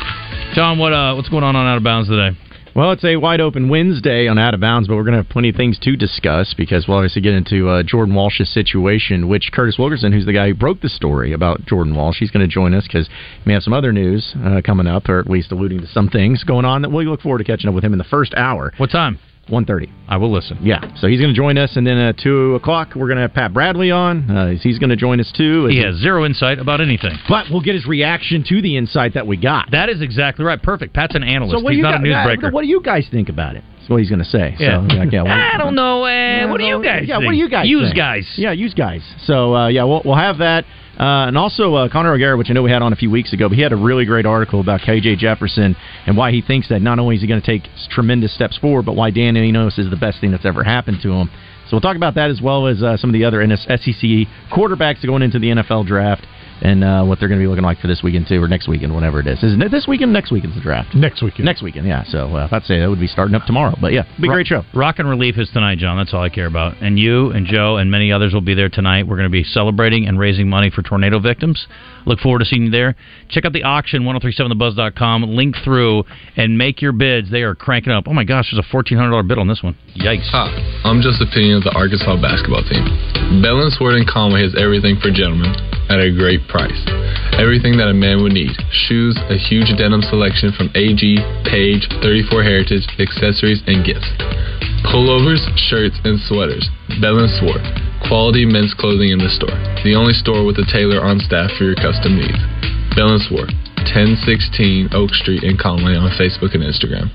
Speaker 5: John, what uh, what's going on on Out of Bounds today?
Speaker 9: Well, it's a wide open Wednesday on Out of Bounds, but we're going to have plenty of things to discuss because we'll obviously get into uh, Jordan Walsh's situation, which Curtis Wilkerson, who's the guy who broke the story about Jordan Walsh, he's going to join us because we have some other news uh, coming up, or at least alluding to some things going on that we look forward to catching up with him in the first hour.
Speaker 5: What time?
Speaker 9: 1.30.
Speaker 5: I will listen.
Speaker 9: Yeah, so he's going to join us, and then at 2 o'clock, we're going to have Pat Bradley on. Uh, he's going to join us too.
Speaker 5: He has zero insight about anything.
Speaker 9: But we'll get his reaction to the insight that we got.
Speaker 5: That is exactly right. Perfect. Pat's an analyst.
Speaker 9: So what do
Speaker 5: He's
Speaker 9: you
Speaker 5: not a
Speaker 9: gu- yeah,
Speaker 5: newsbreaker.
Speaker 9: What do you guys think about it? That's what he's going to say.
Speaker 5: Yeah.
Speaker 9: So, yeah, yeah, well-
Speaker 5: I don't know. Uh, what do you guys?
Speaker 9: yeah, what
Speaker 5: think?
Speaker 9: do you guys?
Speaker 5: Use
Speaker 9: think?
Speaker 5: guys.
Speaker 9: Yeah, use guys. So uh, yeah, we'll, we'll have that, uh, and also uh, Connor O'Gara, which I know we had on a few weeks ago, but he had a really great article about KJ Jefferson and why he thinks that not only is he going to take s- tremendous steps forward, but why Dan Enos is the best thing that's ever happened to him. So we'll talk about that as well as uh, some of the other NS- SEC quarterbacks going into the NFL draft and uh, what they're going to be looking like for this weekend too, or next weekend, whatever it is. Isn't it this weekend? Next weekend's the draft.
Speaker 6: Next weekend.
Speaker 9: Next weekend. Yeah. So uh, I'd say that would be starting up tomorrow. But yeah, it'll be a great show.
Speaker 5: Rock and Relief is tonight, John. That's all I care about. And you and Joe and many others will be there tonight. We're going to be celebrating and raising money for tornado victims. Look forward to seeing you there. Check out the auction, 1037thebuzz.com. Link through and make your bids. They are cranking up. Oh my gosh, there's a $1,400 bid on this one. Yikes.
Speaker 10: Hi, I'm Just Opinion of the Arkansas basketball team. Bellin Sword and Conway has everything for gentlemen at a great price. Everything that a man would need shoes, a huge denim selection from AG, Page, 34 Heritage, accessories, and gifts. Pullovers, shirts, and sweaters. Bellin Sword. Quality men's clothing in the store. The only store with a tailor on staff for your custom needs. Bellin Sword, 1016 Oak Street in Conway on Facebook and Instagram.